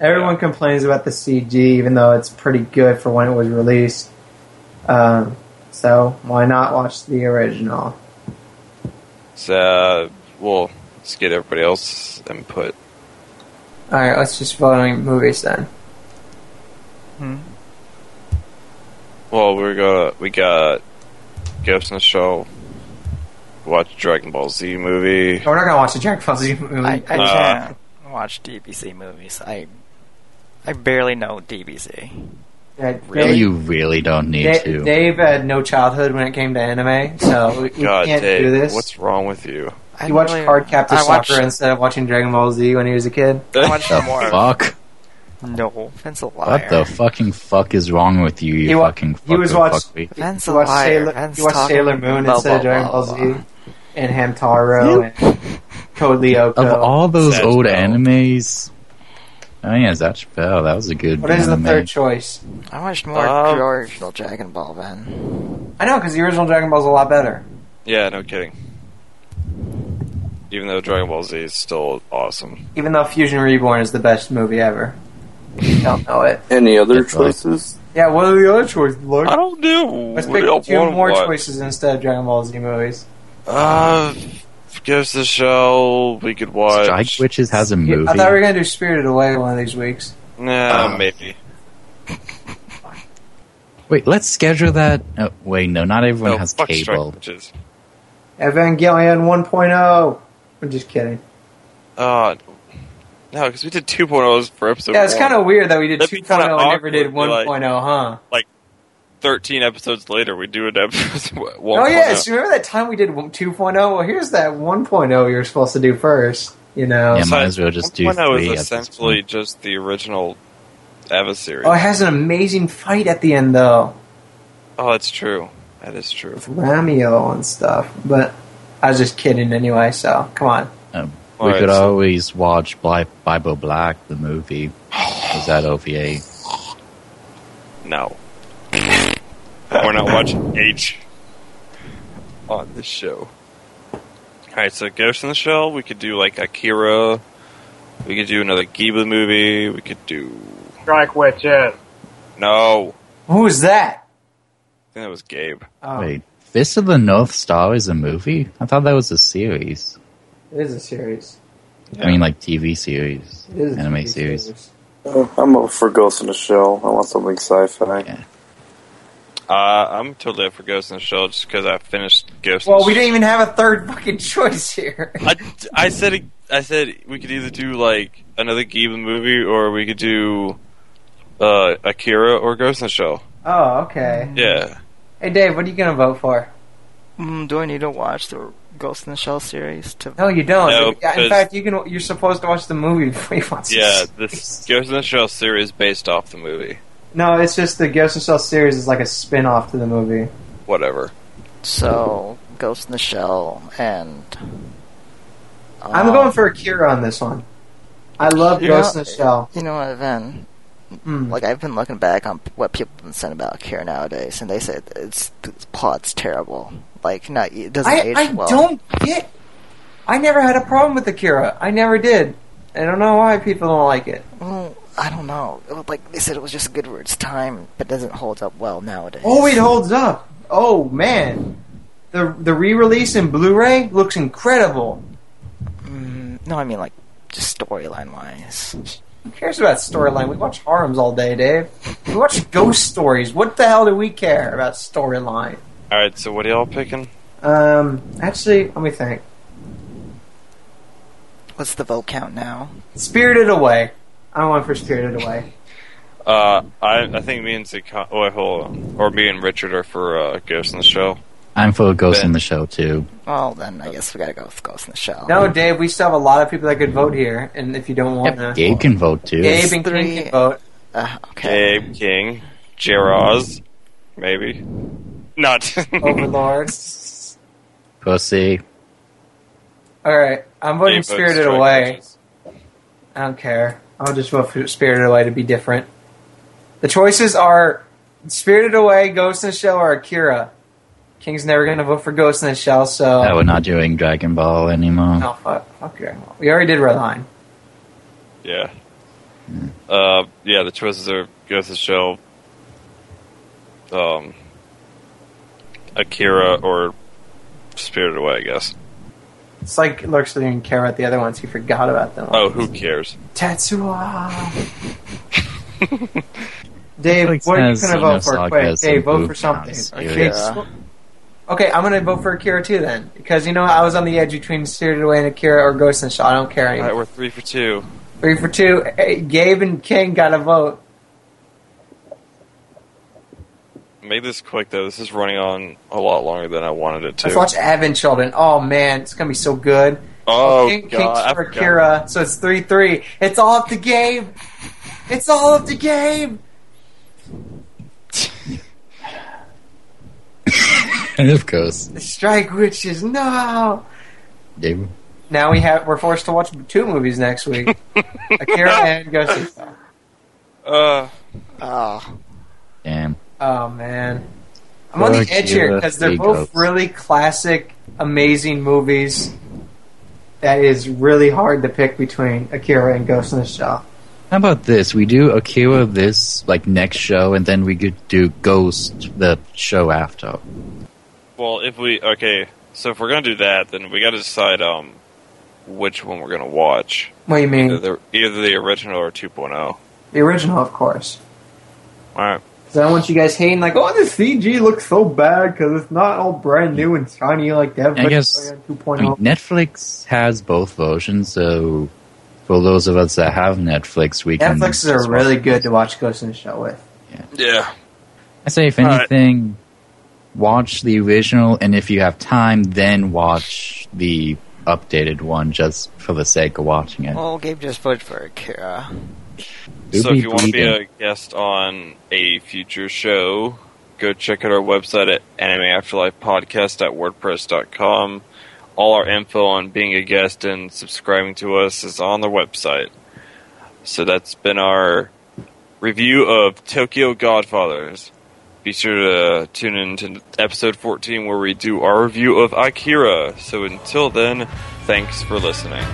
S2: everyone
S1: Yeah.
S2: complains about the CG, even though it's pretty good for when it was released. Um, so why not watch the original?
S1: So, uh, well, let's get everybody else's input.
S2: All right, let's just vote on movies then.
S5: Hmm.
S1: Well, we got we got Ghost in the Shell. Watch Dragon Ball Z movie.
S2: We're not gonna watch the Jack Fuzzy movie.
S5: I, I
S1: Uh.
S5: can't watch DBC movies. I I barely know DBC.
S2: Yeah,
S3: Well,
S2: Dave,
S3: you really don't need
S2: Da-
S3: to.
S2: Dave had no childhood when it came to anime, so we, we
S1: God,
S2: can't
S1: Dave,
S2: do this.
S1: what's wrong with you?
S5: I
S2: He watched
S5: really-
S2: Card Captor
S5: I watched-
S2: Soccer instead of watching Dragon Ball Z when he was a kid.
S5: I watched
S3: the
S5: more.
S3: Oh, fuck?
S5: No, Vin's a liar.
S3: What the fucking fuck is wrong with you? You
S2: He wa-
S3: fucking
S2: he was
S3: fucker
S2: watch-
S3: fuckwit.
S5: Vin's
S2: He
S5: a
S2: watched
S5: liar.
S2: Sailor,
S5: Vin's
S2: he watched
S5: talking
S2: Sailor Moon
S5: blah,
S2: instead of
S5: blah,
S2: Dragon
S5: blah,
S2: Ball
S5: blah.
S2: Z, and Hamtaro and Code Lyoko.
S3: Of all those
S1: Zatch
S3: old
S1: Bell.
S3: animes, oh yeah, Zatch Bell. That was a good.
S2: what is the
S3: anime.
S2: third choice?
S6: I watched more
S1: Um,
S6: original Dragon Ball then.
S2: I know because the original Dragon Ball's a lot better.
S1: Yeah, no kidding. Even though Dragon Ball Z is still awesome.
S2: Even though Fusion Reborn is the best movie ever, you don't
S5: Oh,
S2: know it.
S4: Any other
S3: That's right.
S4: choices?
S2: Yeah, what are the other choices? Lord?
S1: I don't know.
S2: Let's
S1: We
S2: pick
S1: don't
S2: two
S1: want
S2: more
S1: one.
S2: choices instead of Dragon Ball Z movies.
S1: Uh, Ghost in the Shell, we could watch.
S3: Strike Witches has a
S2: Yeah,
S3: movie.
S2: I thought we were gonna do Spirited Away one of these weeks.
S3: Oh,
S1: Nah, maybe.
S3: Wait, let's schedule that. Oh, wait, no, not everyone
S1: No,
S3: has
S1: fuck
S3: cable.
S1: Strike Witches.
S2: Evangelion 1.0. I'm just kidding.
S1: Uh, no, because we did 2.0s for episode
S2: Yeah, it's
S1: one.
S2: kind of weird that we did
S1: That'd be
S2: 2.0 and
S1: kinda
S2: never did
S1: awkward, like-
S2: 1.0, huh?
S1: 13 episodes later, we do an episode 1.0.
S2: Oh, yes. Remember that time we did 2.0? oh? Well, here's that 1.0 you were supposed to do first, you know?
S3: Yeah, might as well just do
S1: 1.0
S3: three at
S1: is
S3: this
S1: essentially
S3: point.
S1: just the original Ava series.
S2: Oh, it has an amazing fight at the end, though,
S1: oh, that's true. That is true.
S2: with Ramio and stuff. But I was just kidding anyway, so come on.
S3: Um, We
S1: Alright,
S3: could
S1: so-
S3: always watch Bli- Bible Black, the movie. Is that OVA?
S1: No. We're not watching H on this show. Alright, so Ghost in the Shell, we could do like Akira, we could do another Ghibli movie, we could do.
S7: Strike witches.
S1: No!
S2: Who is that?
S1: I think that was Gabe.
S2: Oh,
S3: Wait, Fist of the North Star is a movie? I thought that was a series.
S2: It is a series.
S1: Yeah.
S3: I mean, like TV series,
S2: It is a
S3: anime
S2: TV
S3: series.
S4: Uh, I'm up for Ghost in the Shell. I want something sci-fi.
S3: Yeah.
S1: Uh, I'm totally up for Ghost in the Shell just because I finished Ghost in
S2: Well,
S1: the
S2: we didn't even have a third fucking choice here.
S1: I, I said I said we could either do like another Ghibli movie or we could do uh, Akira or Ghost in the Shell.
S2: Oh, okay.
S1: Yeah.
S2: Hey, Dave, what are you going to vote for?
S6: Mm, do I need to watch the Ghost in the Shell series to?
S2: No, you don't.
S1: No,
S2: Yeah, In
S1: because-
S2: fact, you can. You're supposed to watch the movie before you watch. the
S1: Yeah,
S2: series.
S1: this Ghost in the Shell series based off the movie.
S2: No, it's just the Ghost of Shell series is like a spin-off to the movie.
S1: Whatever.
S6: So Ghost in the Shell and.
S2: I'm
S6: Um,
S2: going for Akira on this one. I love
S6: You
S2: Ghost
S6: know-
S2: in the Shell.
S6: You know what, Then,
S2: Mm.
S6: Like I've been looking back on what people have been saying about Akira nowadays, and they said it's the plot's terrible. Like, not it doesn't
S2: I,
S6: age
S2: I
S6: well.
S2: don't get. I never had a problem with Akira. I never did. I don't know why people don't like it.
S6: Well, Mm, I don't know. It was Like they said, it was just good for its time, but doesn't hold up well nowadays.
S2: Oh, it holds up. Oh man, the the re-release in Blu-ray looks incredible.
S6: Mm, no, I mean like just storyline wise.
S2: Who cares about storyline? We watch harems all day, Dave. We watch ghost stories. What the hell do we care about storyline?
S1: Alright, so what are y'all picking?
S2: Um, actually, let me think.
S6: What's the vote count now?
S2: Spirited Away. I want for Spirited Away.
S1: Uh, I, I think me and Zika- oh, wait, hold on. Or me and Richard are for uh, Ghost in the Shell.
S3: I'm for Ghost in
S1: Ben.
S3: the Shell too.
S6: Well, then I guess we gotta go with Ghost in the Shell.
S2: No, Dave, we still have a lot of people that could vote here, and if you don't want to,
S3: Gabe can vote too.
S2: Gabe and King
S6: Three.
S2: can vote.
S6: Uh, okay.
S1: Gabe King, Jeroz, maybe. Not.
S2: Overlord.
S3: Pussy.
S2: All right, I'm voting
S1: Gabe votes
S2: Spirited
S1: Strike
S2: Away.
S1: Witches.
S2: I don't care. I'll just vote for Spirited Away to be different. The choices are Spirited Away, Ghost in the Shell, or Akira. King's never going to vote for Ghost in the Shell, so
S3: Oh, we're not doing Dragon Ball anymore.
S2: no, fuck, fuck Dragon Ball. We already did Redline.
S1: Yeah. Uh, yeah, the choices are Ghost in the Shell, um, Akira, or Spirited Away, I guess.
S2: It's like Lurks didn't care about the other ones. He forgot about them.
S1: Oh, who cares?
S2: Tetsuo. Dave,
S3: Netflix
S2: what are you
S3: has
S2: going to vote
S3: Xenosaga
S2: for? Quick,
S3: as
S2: Dave,
S3: a
S2: vote
S3: boob
S2: for something.
S3: count
S2: Okay,
S3: series.
S2: so- okay, I'm going to vote for Akira too then, because you know what? I was on the edge between Spirited Away and Akira or Ghost in the Shell. I don't care anymore.
S1: Alright, we're three for two.
S2: Three for two. Hey, Gabe and King got a vote.
S1: Make this quick, though. This is running on a lot longer than I wanted it to.
S2: Let's watch Advent Children. Oh man, it's gonna be so good.
S1: Oh,
S2: King,
S1: God. I
S2: King's for
S1: forgot.
S2: Akira, so it's three three. It's all up to Gabe. It's all up to Gabe.
S3: of course.
S2: The Strike Witches. No.
S3: Gabe.
S2: Now we have. We're forced to watch two movies next week. Akira and Ghost. in the Shell.
S1: Uh,
S6: Oh,
S3: Damn.
S2: Oh man, I'm on the
S3: Akira
S2: edge here because they're
S3: three
S2: both
S3: Ghosts.
S2: really classic, amazing movies. That is really hard to pick between Akira and Ghost in the Shell.
S3: How about this? We do Akira this like next show, and then we could do Ghost the show after.
S1: Well, if we okay, so if we're gonna do that, then we gotta decide um which one we're gonna watch.
S2: What do you mean?
S1: Either the, either the original or 2.0. All
S2: The original, of course.
S1: right.
S2: Because I don't want you guys hating, like, oh, this CG looks so bad because it's not all brand new and shiny like that.
S3: I guess-
S2: 2.0.
S3: I mean, Netflix has both versions, so for those of us that have Netflix, we can.
S2: Netflixes are really good to watch Ghost in the Shell with.
S1: Yeah.
S3: I say, if
S1: Alright.
S3: anything, watch the original, and if you have time, then watch the updated one just for the sake of watching it.
S6: well, Gabe just voted for Akira.
S1: So if you want to be
S3: bleeding.
S1: a guest on a future show, go check out our website at animeafterlifepodcast.wordpress.com. All our info on being a guest and subscribing to us is on the website. So that's been our review of Tokyo Godfathers. Be sure to tune in to episode 14 where we do our review of Akira. So until then, thanks for listening.